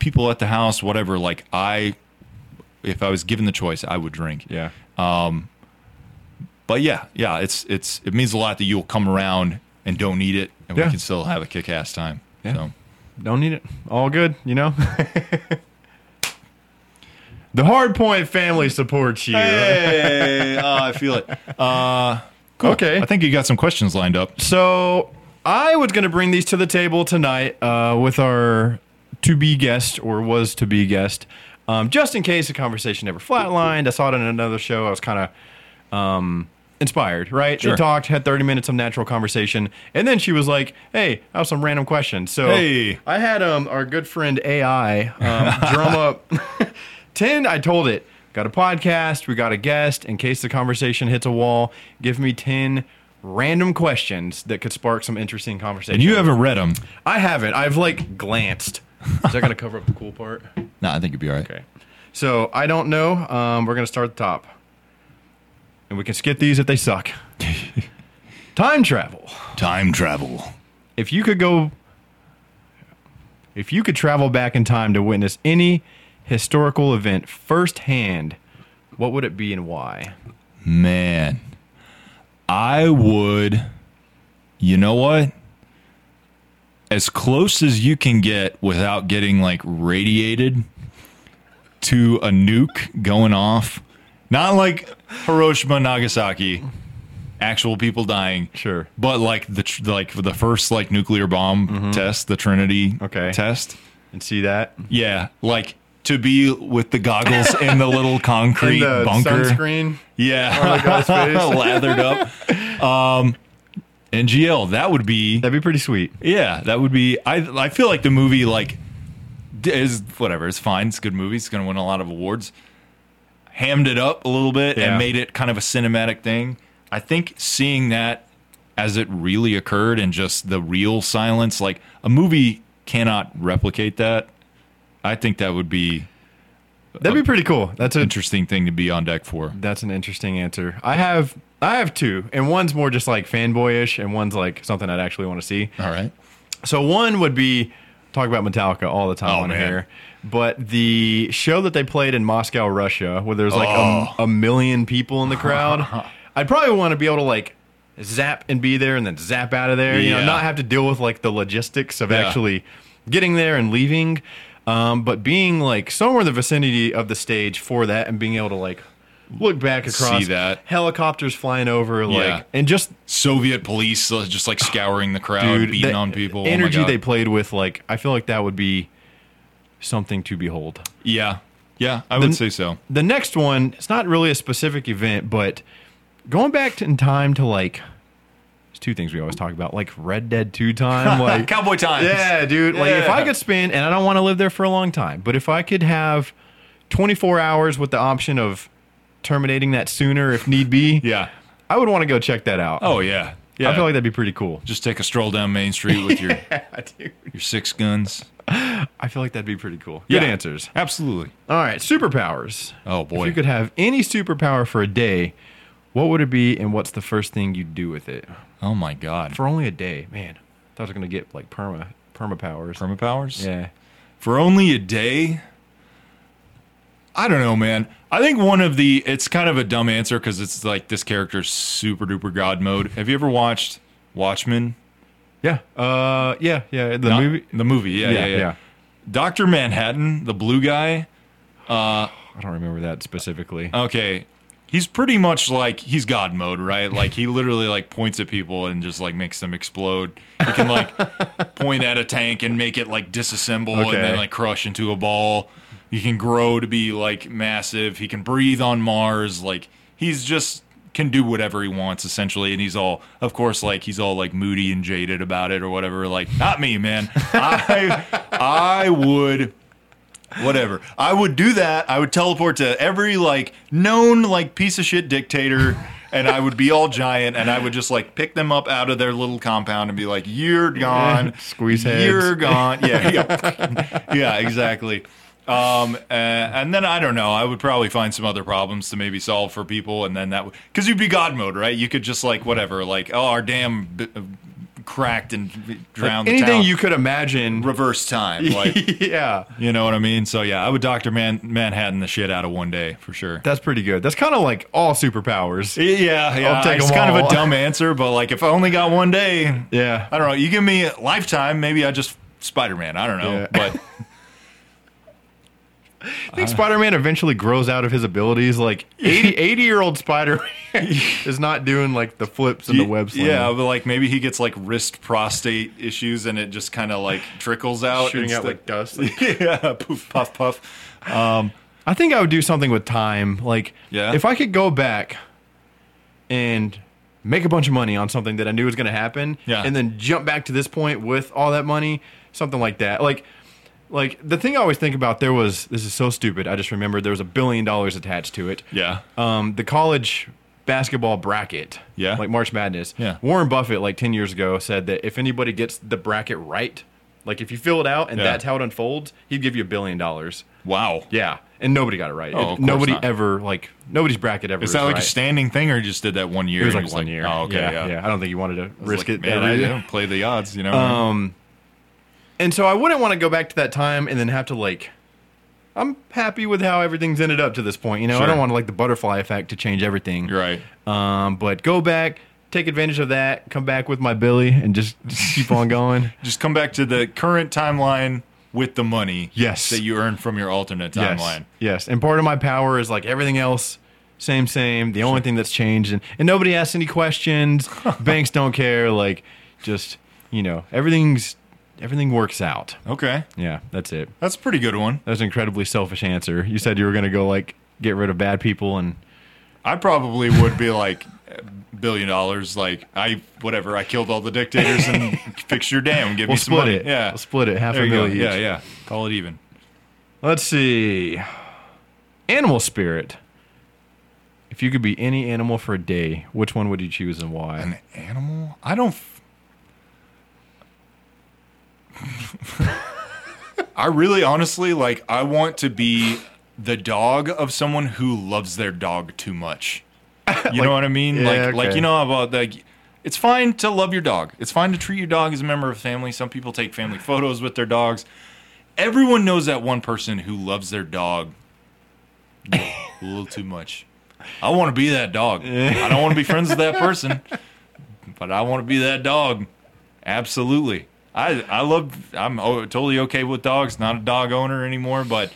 people at the house whatever like I if I was given the choice, I would drink. Yeah. But yeah, yeah, it's it's it means a lot that you'll come around and don't need it, and Yeah. we can still have a kick ass time. Yeah. So Don't need it. All good, you know? the Hard Point family supports you. hey, Oh, I feel it. Uh, Okay. I think you got some questions lined up. So I was going to bring these to the table tonight uh, with our to be guest or was to be guest, um, just in case the conversation never flatlined. I saw it in another show. I was kind of. Um, Inspired, right? Sure. They talked, had 30 minutes of natural conversation, and then she was like, Hey, I have some random questions. So Hey. I had um, our good friend AI um, drum up 10. I told it, got a podcast, we got a guest. In case the conversation hits a wall, give me 10 random questions that could spark some interesting conversation. And you haven't read them. I haven't. I've like glanced. Is that going to cover up the cool part? No, I think you'll be all right. Okay. So I don't know. Um, we're going to start at the top. And we can skip these if they suck. Time travel. Time travel. if you could go if you could travel back in time to witness any historical event firsthand what would it be and why Man, I would. You know what? As close as you can get without getting like radiated to a nuke going off, not like Hiroshima, Nagasaki, actual people dying, Sure. but like the tr- like the first like nuclear bomb test, the Trinity Mm-hmm. Okay. test. and see that Yeah, like to be with the goggles in the little concrete the bunker. sunscreen Yeah, the guy's face. lathered up. Um, NGL. That would be. that'd be pretty sweet Yeah, that would be. I I feel like the movie like d- is whatever. It's fine. It's a good movie. It's going to win a lot of awards. Hammed it up a little bit Yeah. and made it kind of a cinematic thing. I think seeing that as it really occurred and just the real silence, like a movie cannot replicate that. I think that would be that'd be pretty cool that's a interesting thing to be on deck for. that's an interesting answer i have i have two and one's more just like fanboyish and one's like something i'd actually want to see All right. So one would be talk about Metallica all the time Oh, on man. here, but the show that they played in Moscow, Russia, where there's like Oh. a, a million people in the crowd, I'd probably want to be able to like zap and be there and then zap out of there. You know, Yeah. not have to deal with like the logistics of Yeah. actually getting there and leaving. Um, but being like somewhere in the vicinity of the stage for that and being able to like look back across See that. helicopters flying over, like Yeah. and just Soviet police uh, just like scouring the crowd, dude, beating that on people. Oh my Energy God. they played with, like I feel like that would be something to behold. yeah, yeah, I would say so. The next one, it's not really a specific event, but going back to- in time to like it's two things we always talk about, like Red Dead Two time, like Cowboy times. Yeah, dude. Like if I Yeah. could spend, and I don't want to live there for a long time, but if I could have 24 hours with the option of terminating that sooner if need be, Yeah. I would want to go check that out. Oh yeah. Yeah. I feel like that'd be pretty cool. just take a stroll down Main Street with your dude. your six guns. I feel like that'd be pretty cool. Good Yeah. answers. Absolutely. All right, superpowers. Oh, boy. If you could have any superpower for a day, what would it be and what's the first thing you'd do with it? Oh my God. For only a day, man. Thought I was going to get like perma perma powers. Perma powers. yeah. for only a day i don't know man i think one of the it's kind of a dumb answer because it's like this character's super duper god mode have you ever watched watchmen Yeah. Uh yeah, yeah, the Not- movie. the movie yeah yeah, yeah, dr manhattan the blue guy I don't remember that specifically. okay he's pretty much like he's god mode right like he literally like points at people and just like makes them explode he can like point at a tank and make it like disassemble Okay. and then like crush into a ball he can grow to be like massive he can breathe on mars like he's just can do whatever he wants essentially and he's all of course like he's all like moody and jaded about it or whatever like not me man i i would whatever. I would do that. I would teleport to every like known like piece of shit dictator and I would be all giant and I would just like pick them up out of their little compound and be like, You're gone. Squeeze heads. You're gone. Yeah. Yeah, yeah exactly. Um, uh, and then I don't know. I would probably find some other problems to maybe solve for people, and then that would because you'd be God mode, right? You could just like whatever, like oh, our dam b- cracked and drowned. the Anything town. you could imagine. reverse time, like yeah. you know what I mean? So yeah, I would Doctor Man Manhattan the shit out of one day for sure. That's pretty good. That's kind of like all superpowers. Yeah, yeah. I'll take it's them kind of all. a dumb answer, but like if I only got one day, Yeah. I don't know. You give me a lifetime, maybe I just Spider Man. I don't know, Yeah. but I Uh-huh. think Spider-Man eventually grows out of his abilities. Like 80, 80 year old Spider-Man is not doing like the flips and the web sling. yeah, but like maybe he gets like wrist prostate issues, and it just kind of like trickles out, shooting out instead- like dust. yeah, poof, puff, puff. I think I would do something with time. Like Yeah? if I could go back and make a bunch of money on something that I knew was going to happen, Yeah. and then jump back to this point with all that money, something like that. Like. Like the thing I always think about, there was this is so stupid. I just remembered there was a billion dollars attached to it. Yeah, um, the college basketball bracket, Yeah. like March Madness. Yeah. Warren Buffett, like ten years ago, said that if anybody gets the bracket right, like if you fill it out and Yeah. that's how it unfolds, he'd give you a billion dollars. wow. Yeah, and nobody got it right. Oh, of course nobody not. ever like nobody's bracket ever. Is that like right. a standing thing, or you just did that one year? It was and like you're one just year. Oh, okay, yeah. yeah. I I don't think you wanted to was risk like, it. Um, man, that I idea. don't play the odds, you know. And so I wouldn't want to go back to that time and then have to like. I'm happy with how everything's ended up to this point. You know, I Sure. don't want to like the butterfly effect to change everything. You're right. Um, but go back, take advantage of that, come back with my Billy, and just, just keep on going. just come back to the current timeline with the money Yes. that you earn from your alternate timeline Yes, yes. And part of my power is like everything else, same, same. The only thing that's changed, and, and nobody asks any questions. Banks don't care. Like, just you know, everything's everything works out. okay Yeah, that's it. that's a pretty good one That's an incredibly selfish answer. You said you were gonna go like get rid of bad people and i probably would be like billion dollars like i whatever i killed all the dictators and fix your dam give we'll me some split money it. yeah we'll split it half there a you go. million. yeah yeah call it even Let's see. Animal spirit. If you could be any animal for a day, which one would you choose and why? an animal i don't f- i really honestly like i want to be the dog of someone who loves their dog too much you know what i mean yeah, like like okay. you know about like it's fine to love your dog it's fine to treat your dog as a member of family some people take family photos with their dogs everyone knows that one person who loves their dog a little too much i want to be that dog i don't want to be friends with that person but I want to be that dog. Absolutely. I I love. I'm o- totally okay with dogs. Not a dog owner anymore, but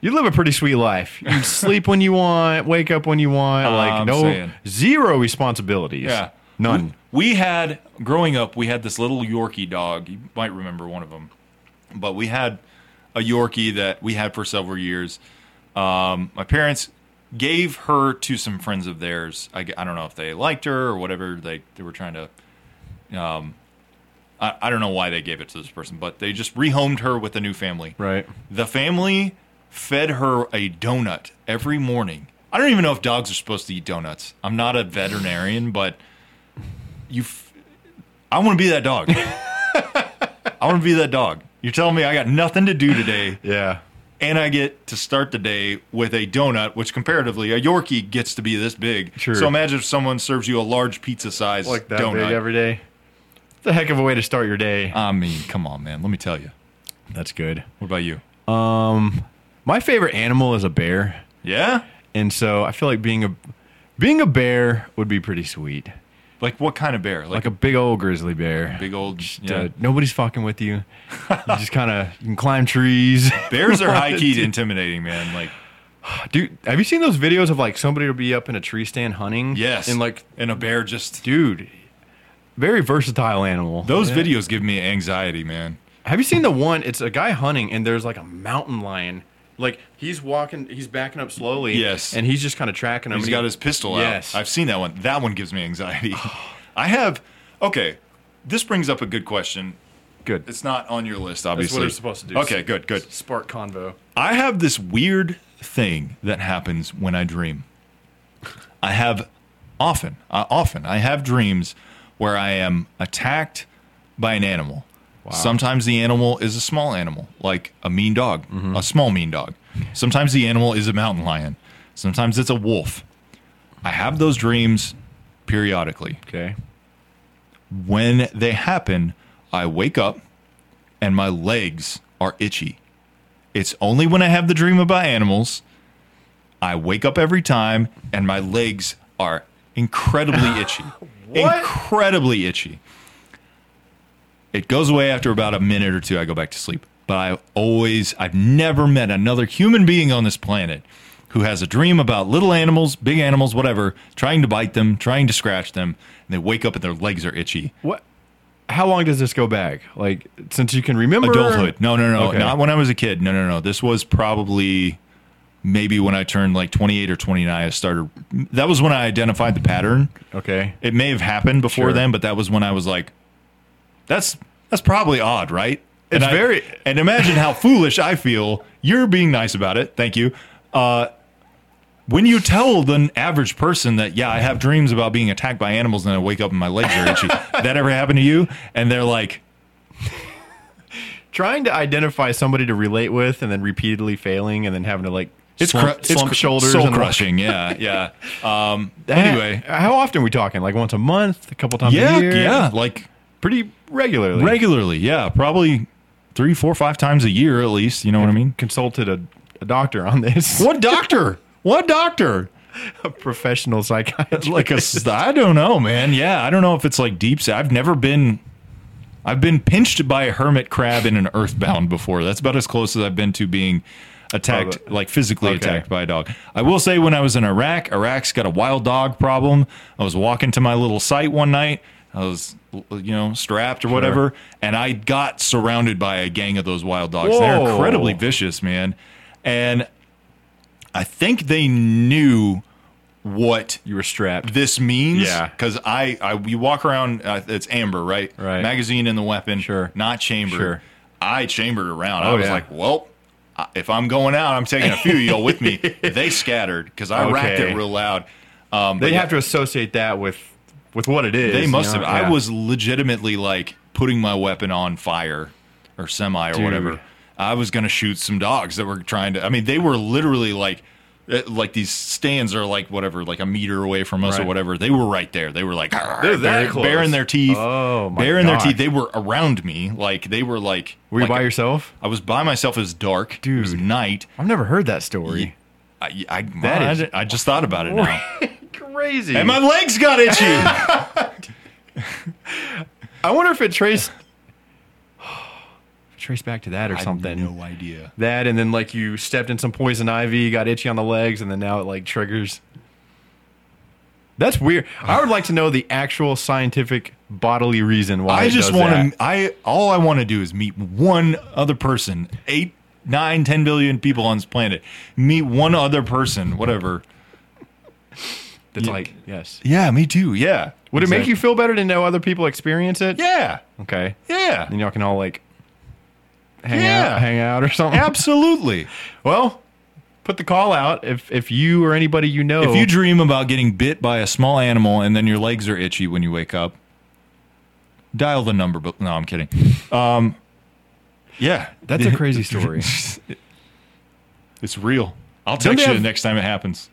You live a pretty sweet life. You sleep when you want, wake up when you want. Like Ah, I'm no saying. zero responsibilities. yeah, None. We, we had growing up. We had this little Yorkie dog. You might remember one of them, but we had a Yorkie that we had for several years. Um, my parents gave her to some friends of theirs. I, g- I don't know if they liked her or whatever. They they were trying to um, I, I don't know why they gave it to this person, but they just rehomed her with a new family. Right. The family fed her a donut every morning. I don't even know if dogs are supposed to eat donuts. I'm not a veterinarian, but you, f- I want to be that dog. I want to be that dog. You're telling me I got nothing to do today, Yeah. and I get to start the day with a donut, which comparatively a Yorkie gets to be this big. Sure. So imagine if someone serves you a large pizza size Like that donut. Ah, big every day. It's a heck of a way to start your day. I mean, come on, man. Let me tell you. That's good. What about you? My favorite animal is a bear, Yeah? and so I feel like being a being a bear would be pretty sweet. Like what kind of bear? Like, Like a big old grizzly bear. a big old Just, uh, yeah. nobody's fucking with you. You just kind of you can climb trees. Bears are high key intimidating, man. Like Dude, have you seen those videos of like somebody will be up in a tree stand hunting? yes. And like, and a bear just dude, very versatile animal. those Yeah. videos give me anxiety, man. Have you seen the one? It's a guy hunting and there's like a mountain lion. Like he's walking, he's backing up slowly. Yes. And he's just kind of tracking him. He's and got he- his pistol Yes. out. I've seen that one. That one gives me anxiety. I have okay. This brings up a good question. good. It's not on your list, That's obviously. what we're supposed to do. Okay, good, good. Spark convo. I have this weird thing that happens when I dream. I have often, uh, often, I have dreams where I am attacked by an animal. Sometimes the animal is a small animal, like a mean dog, a small mean dog. Sometimes the animal is a mountain lion. Sometimes it's a wolf. I have those dreams periodically. Okay. When they happen, I wake up and my legs are itchy. It's only when I have the dream about animals. I wake up every time and my legs are incredibly itchy. What? Incredibly itchy. It goes away after about a minute or two. I go back to sleep. But I always, I've never met another human being on this planet who has a dream about little animals, big animals, whatever, trying to bite them, trying to scratch them, and they wake up and their legs are itchy. What? How long does this go back? Like, since you can remember? adulthood. No, no, no, Okay. not when I was a kid. No, no, no. This was probably maybe when I turned like 28 or 29. I started. That was when I identified the pattern. Okay. It may have happened before Sure. then, but that was when I was like, "That's that's probably odd, right?" And It's I- very- And imagine how foolish I feel. You're being nice about it. Thank you. Uh, when you tell the average person that, yeah, I have dreams about being attacked by animals, and I wake up and my legs are itchy. that ever happened to you? And they're like, trying to identify somebody to relate with and then repeatedly failing and then having to like It's slump, cru- it's slump cr- shoulders soul and crushing. Yeah, yeah. Um, That- anyway, how often are we talking? Like once a month, a couple times yeah, a year? yeah. Like Pretty regularly. regularly, yeah. Probably three, four, five times a year at least. You know what I mean? Consulted a, a doctor on this. What doctor? what doctor? a professional psychiatrist. Like a, s- I don't know, man. Yeah, I don't know if it's like deep. sa- I've never been. I've been pinched by a hermit crab in an earthbound before. That's about as close as I've been to being attacked, Oh, the- like physically okay. attacked by a dog. I will say, when I was in Iraq, Iraq's got a wild dog problem. I was walking to my little site one night. I was, you know, strapped or whatever, and I got surrounded by a gang of those wild dogs. They're Whoa. incredibly vicious, man. And I think they knew what you were strapped. this means. Yeah. Because I, I, you walk around. Uh, it's amber, right? Right. Magazine in the weapon. Sure. Not chambered. Sure. I chambered around. I Oh, was yeah. like, well, I- if I'm going out, I'm taking a few of y'all with me. They scattered because I racked Okay. it real loud. Um, They but have to associate that with with what it is. They you must know? have. Yeah. I was legitimately like putting my weapon on fire or semi or whatever. I was going to shoot some dogs that were trying to. I mean, they were literally like, eh, like these stands are like whatever, like a meter away from us or Right. whatever. They were right there. They were like, They're that bare- close. baring their teeth. Oh, my baring God. their teeth. They were around me. Like they were like. Were you like- by yourself? I was by myself. It was dark. It was Dude. night. I've never heard that story. I, I, That I- is- I just thought about it now, Crazy. and my legs got itchy. I wonder if it traced traced back to that or something. No idea. That and then like you stepped in some poison ivy, got itchy on the legs, and then now it like triggers. That's weird. I would like to know the actual scientific bodily reason why. I just want to. I all I want to do is meet one other person. Eight, nine, ten billion people on this planet. Meet one other person. Whatever. That's like yes. Yeah, me too. Yeah. Would it make you feel better to know other people experience it? Yeah. Okay. Yeah. Then y'all can all like hang Yeah. out, hang out or something. Absolutely. Well, put the call out if if you or anybody you know. If you dream about getting bit by a small animal and then your legs are itchy when you wake up, dial the number. But no, I'm kidding. Um, yeah, that's a crazy story. it's real. I'll Don't text they you the have- next time it happens.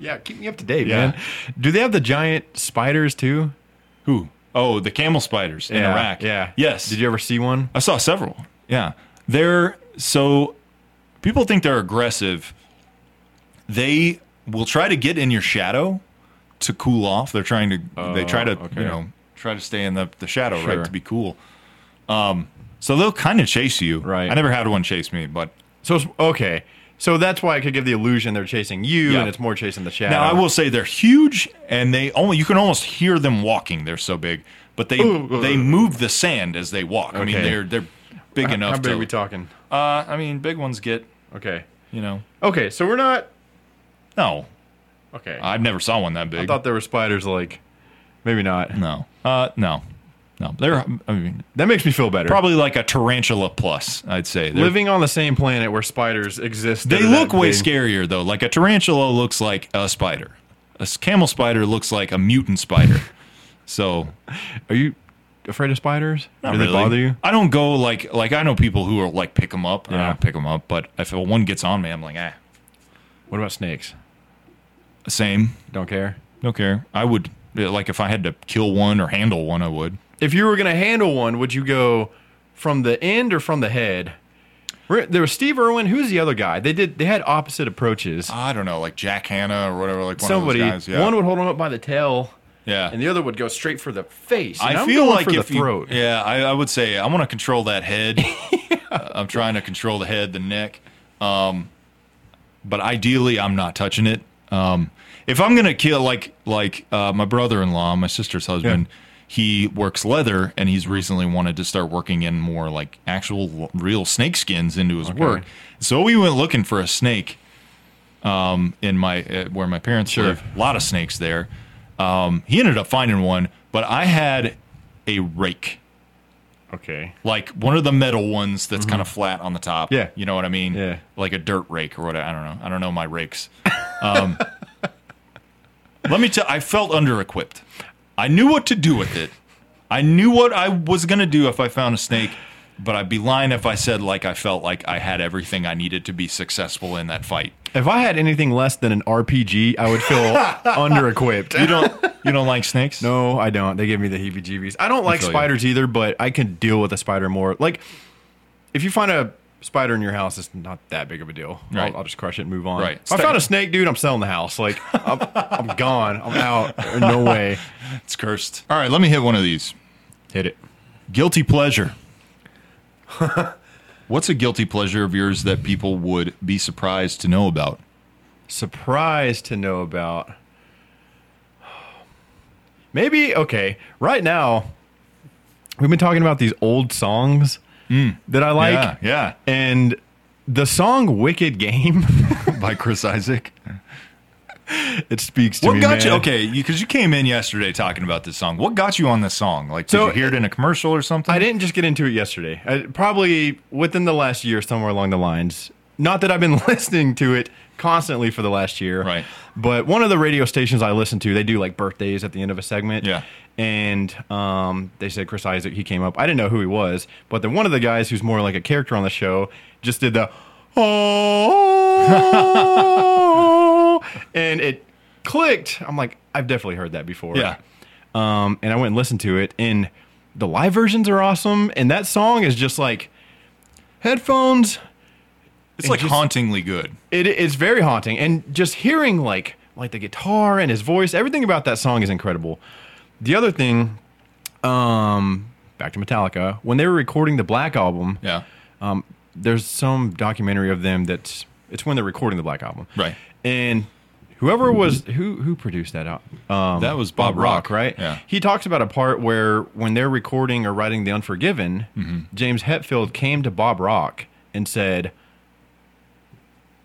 yeah, keep me up to date, Yeah. man. Do they have the giant spiders too? Who? Oh, the camel spiders in yeah, Iraq. Yeah. Yes. Did you ever see one? I saw several. Yeah. They're so people think they're aggressive. They will try to get in your shadow to cool off. They're trying to they try to, Oh, okay. you know, try to stay in the, the shadow, Sure. right, to be cool. Um so they'll kind of chase you. Right. I never had one chase me, but So it's, okay. So that's why it could give the illusion they're chasing you, Yeah. and it's more chasing the shadow. now I will say they're huge and they only you can almost hear them walking. They're so big. But they Ooh. they move the sand as they walk. I mean Okay. they're they're big enough How big to are we talking? uh I mean big ones get, Okay. you know. Okay. So we're not. No, Okay. I I've never saw one that big. thought there were spiders. Like, maybe not. no, uh, no, no. They're I mean, That makes me feel better. probably like a tarantula plus. I'd say They're- living on the same planet where spiders exist. They that are that look way big. scarier though. Like a tarantula looks like a spider. A s- camel spider looks like a mutant spider. so Are you afraid of spiders? not Do really. they bother you? I don't go like like I know people who are like pick them up. I Yeah. don't pick them up, but if one gets on me, I'm like ah, What about snakes? same. Don't care. Don't care. I would yeah, like if I had to kill one or handle one, I would. If you were going to handle one, would you go from the end or from the head? Re- There was Steve Irwin. Who's the other guy? They did. They had opposite approaches. I don't know, like Jack Hanna or whatever. Like one Somebody, of those guys. Yeah. one would hold him up by the tail, yeah. and the other would go straight for the face. And I I'm feel going like for if the throat. You, yeah, I, I would say I want to control that head. Uh, I'm trying to control the head, the neck. Um, but ideally, I'm not touching it. Um, if I'm gonna kill, like like uh, my brother-in-law, my sister's husband, he works leather, and he's recently wanted to start working in more like actual l- real snake skins into his work. So we went looking for a snake in my uh, where my parents live. A lot of snakes there. Um, he ended up finding one, but I had a rake, Okay. like one of the metal ones that's kind of flat on the top. Mm-hmm. Yeah. you know what I mean. Yeah. like a dirt rake or what? I don't know. I don't know my rakes. Um, let me tell. I felt under equipped. I knew what to do with it. I knew what I was gonna do if I found a snake. But I'd be lying if I said like I felt like I had everything I needed to be successful in that fight. If I had anything less than an RPG, I would feel under equipped. You don't you don't like snakes? No, I don't. They give me the heebie-jeebies. I don't like feel you. spiders either, but I can deal with a spider more. Like, if you find a spider in your house, it's not that big of a deal. I'll- Right. I'll, just crush it and move on. Right. If I found a snake, dude, I'm selling the house. Like, I'm, I'm gone. I'm out. No way. It's cursed. All right, let me hit one of these. Hit it. Guilty pleasure. What's a guilty pleasure of yours that people would be surprised to know about? Surprised to know about. Maybe okay. Right now, we've been talking about these old songs that I like, Hmm. yeah, and the song "Wicked Game." by Chris Isaac. It speaks to What me. got you? man. Okay, because you, came in yesterday talking about this song. What got you on this song? Like, did So- you hear it in a commercial or something? I didn't just get into it yesterday. I, probably within the last year, somewhere along the lines. Not that I've been listening to it constantly for the last year, Right. But one of the radio stations I listen to, they do like birthdays at the end of a segment, Yeah. And um, they said Chris Isaac, he came up. I didn't know who he was, but then one of the guys who's more like a character on the show just did the oh, and it clicked. I'm like, I've definitely heard that before, Yeah. um, and I went and listened to it, and the live versions are awesome, and that song is just like headphones. It's like just- hauntingly good. It is very haunting, and just hearing like like the guitar and his voice, everything about that song is incredible. The other thing, um, back to Metallica, when they were recording the Black Album, Yeah. um, there's some documentary of them that's it's when they're recording the Black Album, Right. And whoever was who who produced that out, um, That was Bob Rock, right? yeah. He talks about a part where when they're recording or writing The Unforgiven, Mm-hmm. James Hetfield came to Bob Rock and said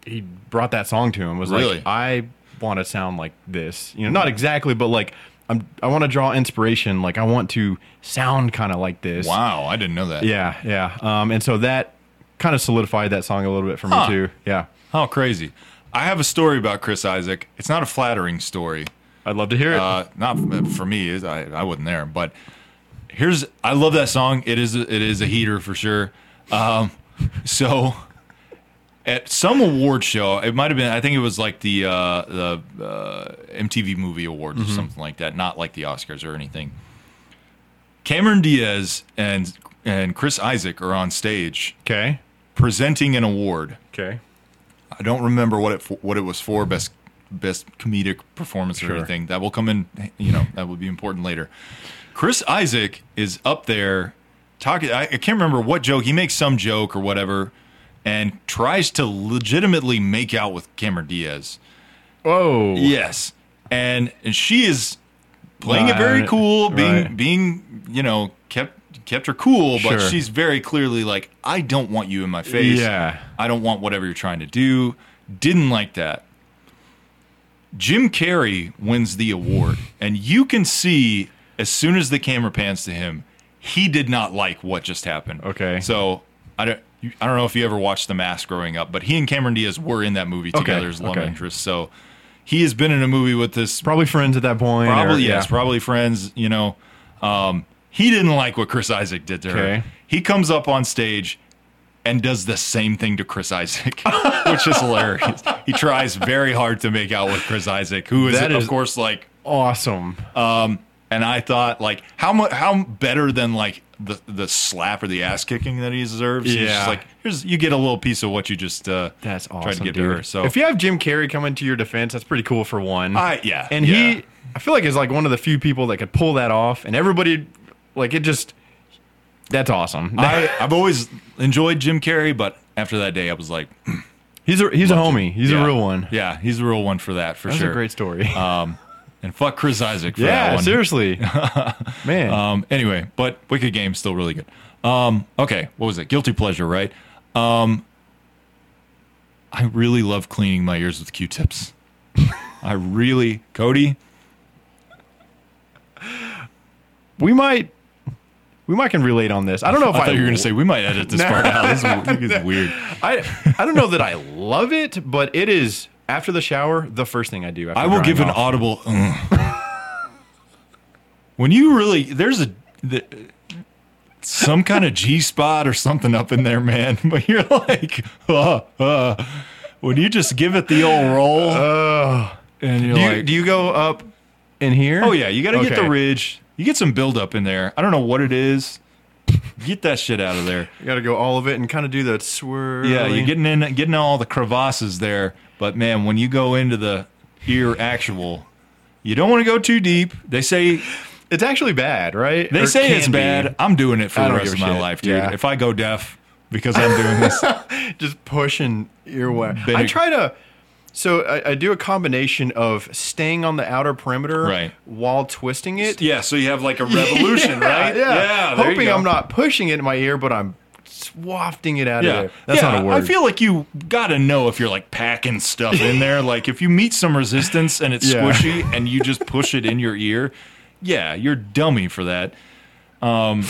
he brought that song to him was Really? like I want to sound like this, you know, not exactly, but like. I'm, I want to draw inspiration. Like I want to sound kind of like this. Wow, I didn't know that. Yeah, yeah. Um, and so that kind of solidified that song a little bit for me Huh. too. Yeah, How crazy. I have a story about Chris Isaac. It's not a flattering story. I'd love to hear it. Uh, not f- for me. is- I, I wasn't there, but here's I love that song. It is a, it is a heater for sure. Um, so at some award show, it might have been. I think it was like the uh, the uh, MTV Movie Awards or something like that. Not like the Oscars or anything. Cameron Diaz and and Chris Isaac are on stage okay, presenting an award. okay, I don't remember what it for, what it was for best best comedic performance or Sure. anything. That will come in, you know, that will be important later. Chris Isaac is up there talking. I, I can't remember what joke he makes, some joke or whatever, and tries to legitimately make out with Cameron Diaz. Whoa, Yes, and and she is playing it Right, very cool, being right. being you know kept kept her cool, but Sure. she's very clearly like, I don't want you in my face. Yeah. I don't want whatever you're trying to do. Didn't like that. Jim Carrey wins the award, and you can see as soon as the camera pans to him, he did not like what just happened. Okay. so I don't. you- I don't know if you ever watched The Mask growing up, but he and Cameron Diaz were in that movie Okay, together as love okay. interests. So he has been in a movie with this probably friends at that point. or- probably yeah. yes, probably friends. You know, um, he didn't like what Chris Isaac did to Okay. her. He comes up on stage and does the same thing to Chris Isaac, which is hilarious. He tries very hard to make out with Chris Isaac, who is, That of is- course like. awesome. And I thought like how much how better than like the the slap or the ass kicking that he deserves. He's Yeah. just like here's you get a little piece of what you just uh, that's awesome. tried to get dude. to her. So if you have Jim Carrey coming to your defense, that's pretty cool for one. I- yeah, and yeah. he, I feel like is like one of the few people that could pull that off, and everybody, like it just, that's awesome. I, I've always enjoyed Jim Carrey, but after that day, I was like, he's a he's a homie. He's Yeah. a real one. Yeah, he's a real one for that for That's sure. a great story. and fuck Chris Isaac for that yeah, one. seriously, man. Um, anyway, but Wicked Game's still really good. Um, okay, what was it? Guilty pleasure, right? Um, I really love cleaning my ears with Q-tips. I really, Cody. we might we might can relate on this. I don't know if I I, thought you were going to say we might edit this part out. This is, this is weird. I I don't know that I love it, but it is after the shower the first thing I do. After I will drying give an off. audible. mm. when you really there's a the, some kind of G spot or something up in there, man. But you're like, uh, uh. when you just give it the old roll, Uh, and you're Do you, like, do you go up in here? oh yeah, you got to get Okay. the ridge. You get some buildup in there. I don't know what it is. Get that shit out of there. You got to go all of it and kind of do the swirl. Yeah, you're getting in, getting all the crevasses there. But man, when you go into the ear actual, you don't want to go too deep. They say It's actually bad, right? They Or say it's can be. bad. I'm doing it for I the don't rest of give a my shit. life, dude. Yeah. If I go deaf because I'm doing this, Just pushing earwax. Big. I try to. So I, I do a combination of staying on the outer perimeter Right. while twisting it. yeah. So you have like a Yeah, Yeah. there you Hoping go. I'm not pushing it in my ear, but I'm swafting it out Yeah, of there. That's Yeah, not a word. I feel like you gotta know if you're like packing stuff in there. like if you meet some resistance and it's Yeah. squishy and you just push it in your ear, yeah, you're dummy for that. Um,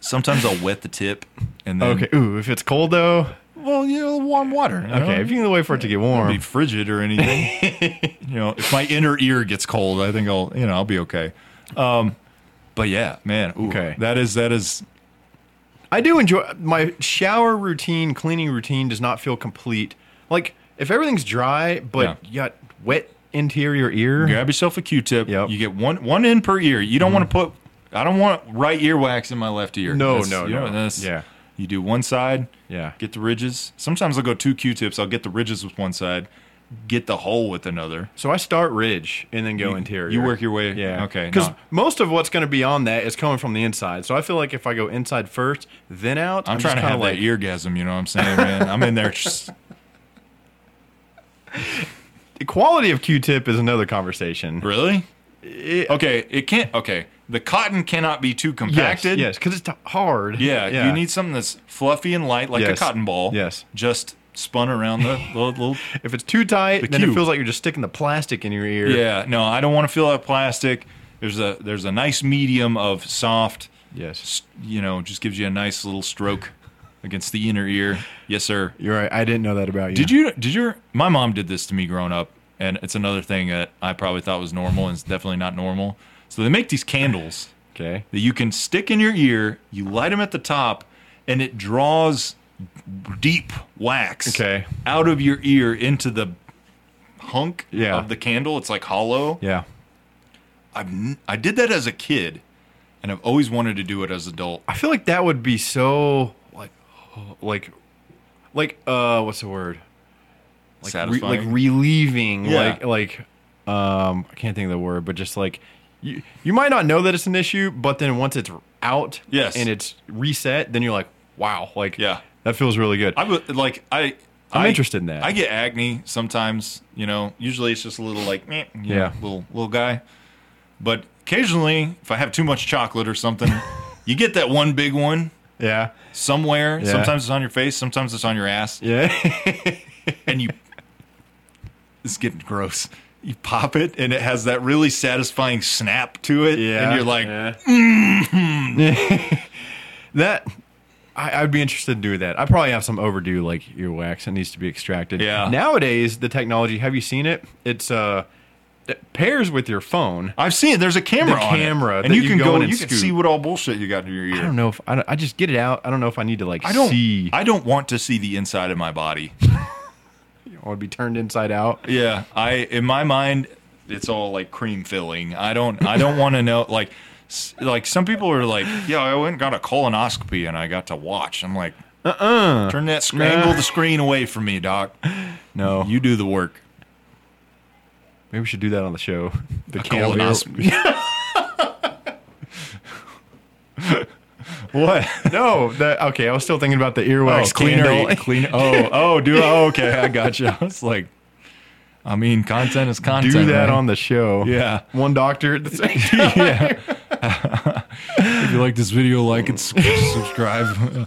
sometimes I'll wet the tip and then Okay. Ooh, if it's cold though. well, you know, warm water. you know? Okay. If you can wait for it to get be warm. frigid or anything. you know, if my inner ear gets cold, I think I'll you know I'll be okay. Um, but yeah, man. ooh, Okay. that is that is I do enjoy my shower routine, cleaning routine does not feel complete. Like if everything's dry, but Yeah. you got wet interior ear. grab yourself a Q-tip. Yep. Mm-hmm. You get one one in per ear. You don't want to put. I don't want right ear wax in my left ear. No, no, you no. that's- Yeah. you do one side. Yeah. get the ridges. Sometimes I'll go two Q-tips. I'll get the ridges with one side, get the hole with another. So I start ridge and then go interior. you work your way- Yeah. okay, Because no. most of what's going to be on that is coming from the inside. So I feel like if I go inside first, then out, I'm, I'm, trying to just kinda have like, that eargasm. You know what I'm saying, man? I'm in there. Just, The quality of Q-tip is another conversation. really? okay, it can't. Okay, the cotton cannot be too compacted. Yes, because it's hard. Yeah, you need something that's fluffy and light, like Yes. a cotton ball. Yes. just spun around the little. little If it's too tight, then it cube. feels like you're just sticking the plastic in your ear. yeah, no, I don't want to feel that plastic. There's a there's a nice medium of soft. Yes. s- You know, just gives you a nice little stroke against the inner ear. Yes, sir. You're right. I didn't know that about you. Did you? Did your? My mom did this to me growing up, and it's another thing that I probably thought was normal, and it's definitely not normal. So they make these candles Okay. that you can stick in your ear. You light them at the top, and it draws deep wax Okay. out of your ear into the hunk Yeah. of the candle. It's like hollow. Yeah. I've n- I did that as a kid, and I've always wanted to do it as an adult. I feel like that would be so like like like uh what's the word? Like re- Satisfying. like relieving Yeah. like like um I can't think of the word but just like you you might not know that it's an issue but then once it's out Yes. and it's reset then you're like wow like Yeah. that feels really good. I would like I. I'm I- interested in that. I get acne sometimes. You know, usually it's just a little like, meh, you Yeah. know, little little guy. But occasionally, if I have too much chocolate or something, you get that one big one yeah. somewhere. Yeah. Sometimes it's on your face, sometimes it's on your ass, Yeah. and you. It's getting gross. You pop it, and it has that really satisfying snap to it, yeah. and you're like, Yeah. that I, I'd be interested in doing that. I probably have some overdue like earwax that needs to be extracted. Yeah. Nowadays, the technology, have you seen it? It's uh it pairs with your phone. I've seen it. There's a camera, The on it, camera and that you you can go go, in and you can scoop. see what all bullshit you got in your ear. I don't know if I, don't- I just get it out. I don't know if I need to like I don't. see. I, I don't want to see the inside of my body. want to be turned inside out. Yeah, I in my mind it's all like cream filling. I don't I don't want to know like s- like some people are like, "Yeah, I went and got a colonoscopy and I got to watch." I'm like, "Uh-uh. Turn that scramble the screen away from me, doc. No, You do the work." maybe we should do that on the show. The cam- Colonoscopy. what? No, that okay. I was still thinking about the earwax cleaner, candle. cleaner. Oh, oh, do oh, okay, I got you. It's like I mean, content is Do content. that right? on the show. Yeah. One doctor at the same time. yeah. if you like this video, like it, subscribe.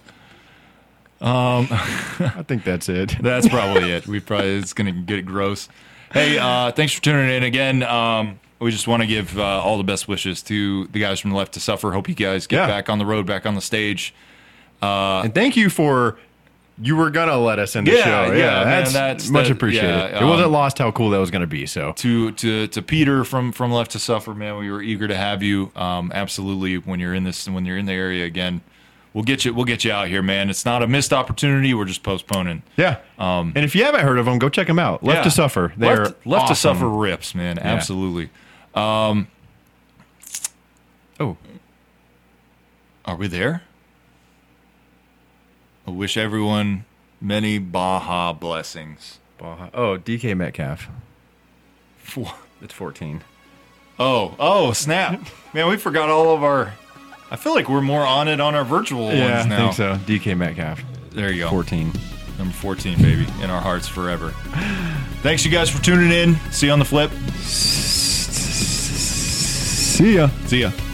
I think that's it. That's probably it. We probably it's gonna get gross. Hey, uh, thanks for tuning in again. Um, we just want to give uh, all the best wishes to the guys from Left to Suffer. Hope you guys get Yeah. back on the road, back on the stage. And thank you for you were gonna let us in the Yeah, show. yeah, man, that's, that's- much that- appreciated. yeah, it wasn't um, lost how cool that was gonna be. So To to to Peter from from Left to Suffer, man, we were eager to have you. Um, absolutely, when you're in this, when you're in the area again, we'll get you. We'll get you out here, man. It's not a missed opportunity. We're just postponing. yeah. Um, and if you haven't heard of them, go check them out. Left Yeah. to suffer. They're left, left awesome. to suffer rips, man. Absolutely. Oh, Are we there? I wish everyone many Baja blessings. Baja- oh, DK Metcalf. Four- It's fourteen. Oh, oh, snap. Man, we forgot all of our. I feel like we're more on it on our virtual Yeah, ones I now. think so. DK Metcalf. There you go. Fourteen. Number 14, baby. In our hearts forever. Thanks, you guys, for tuning in. See you on the flip. See ya. See ya.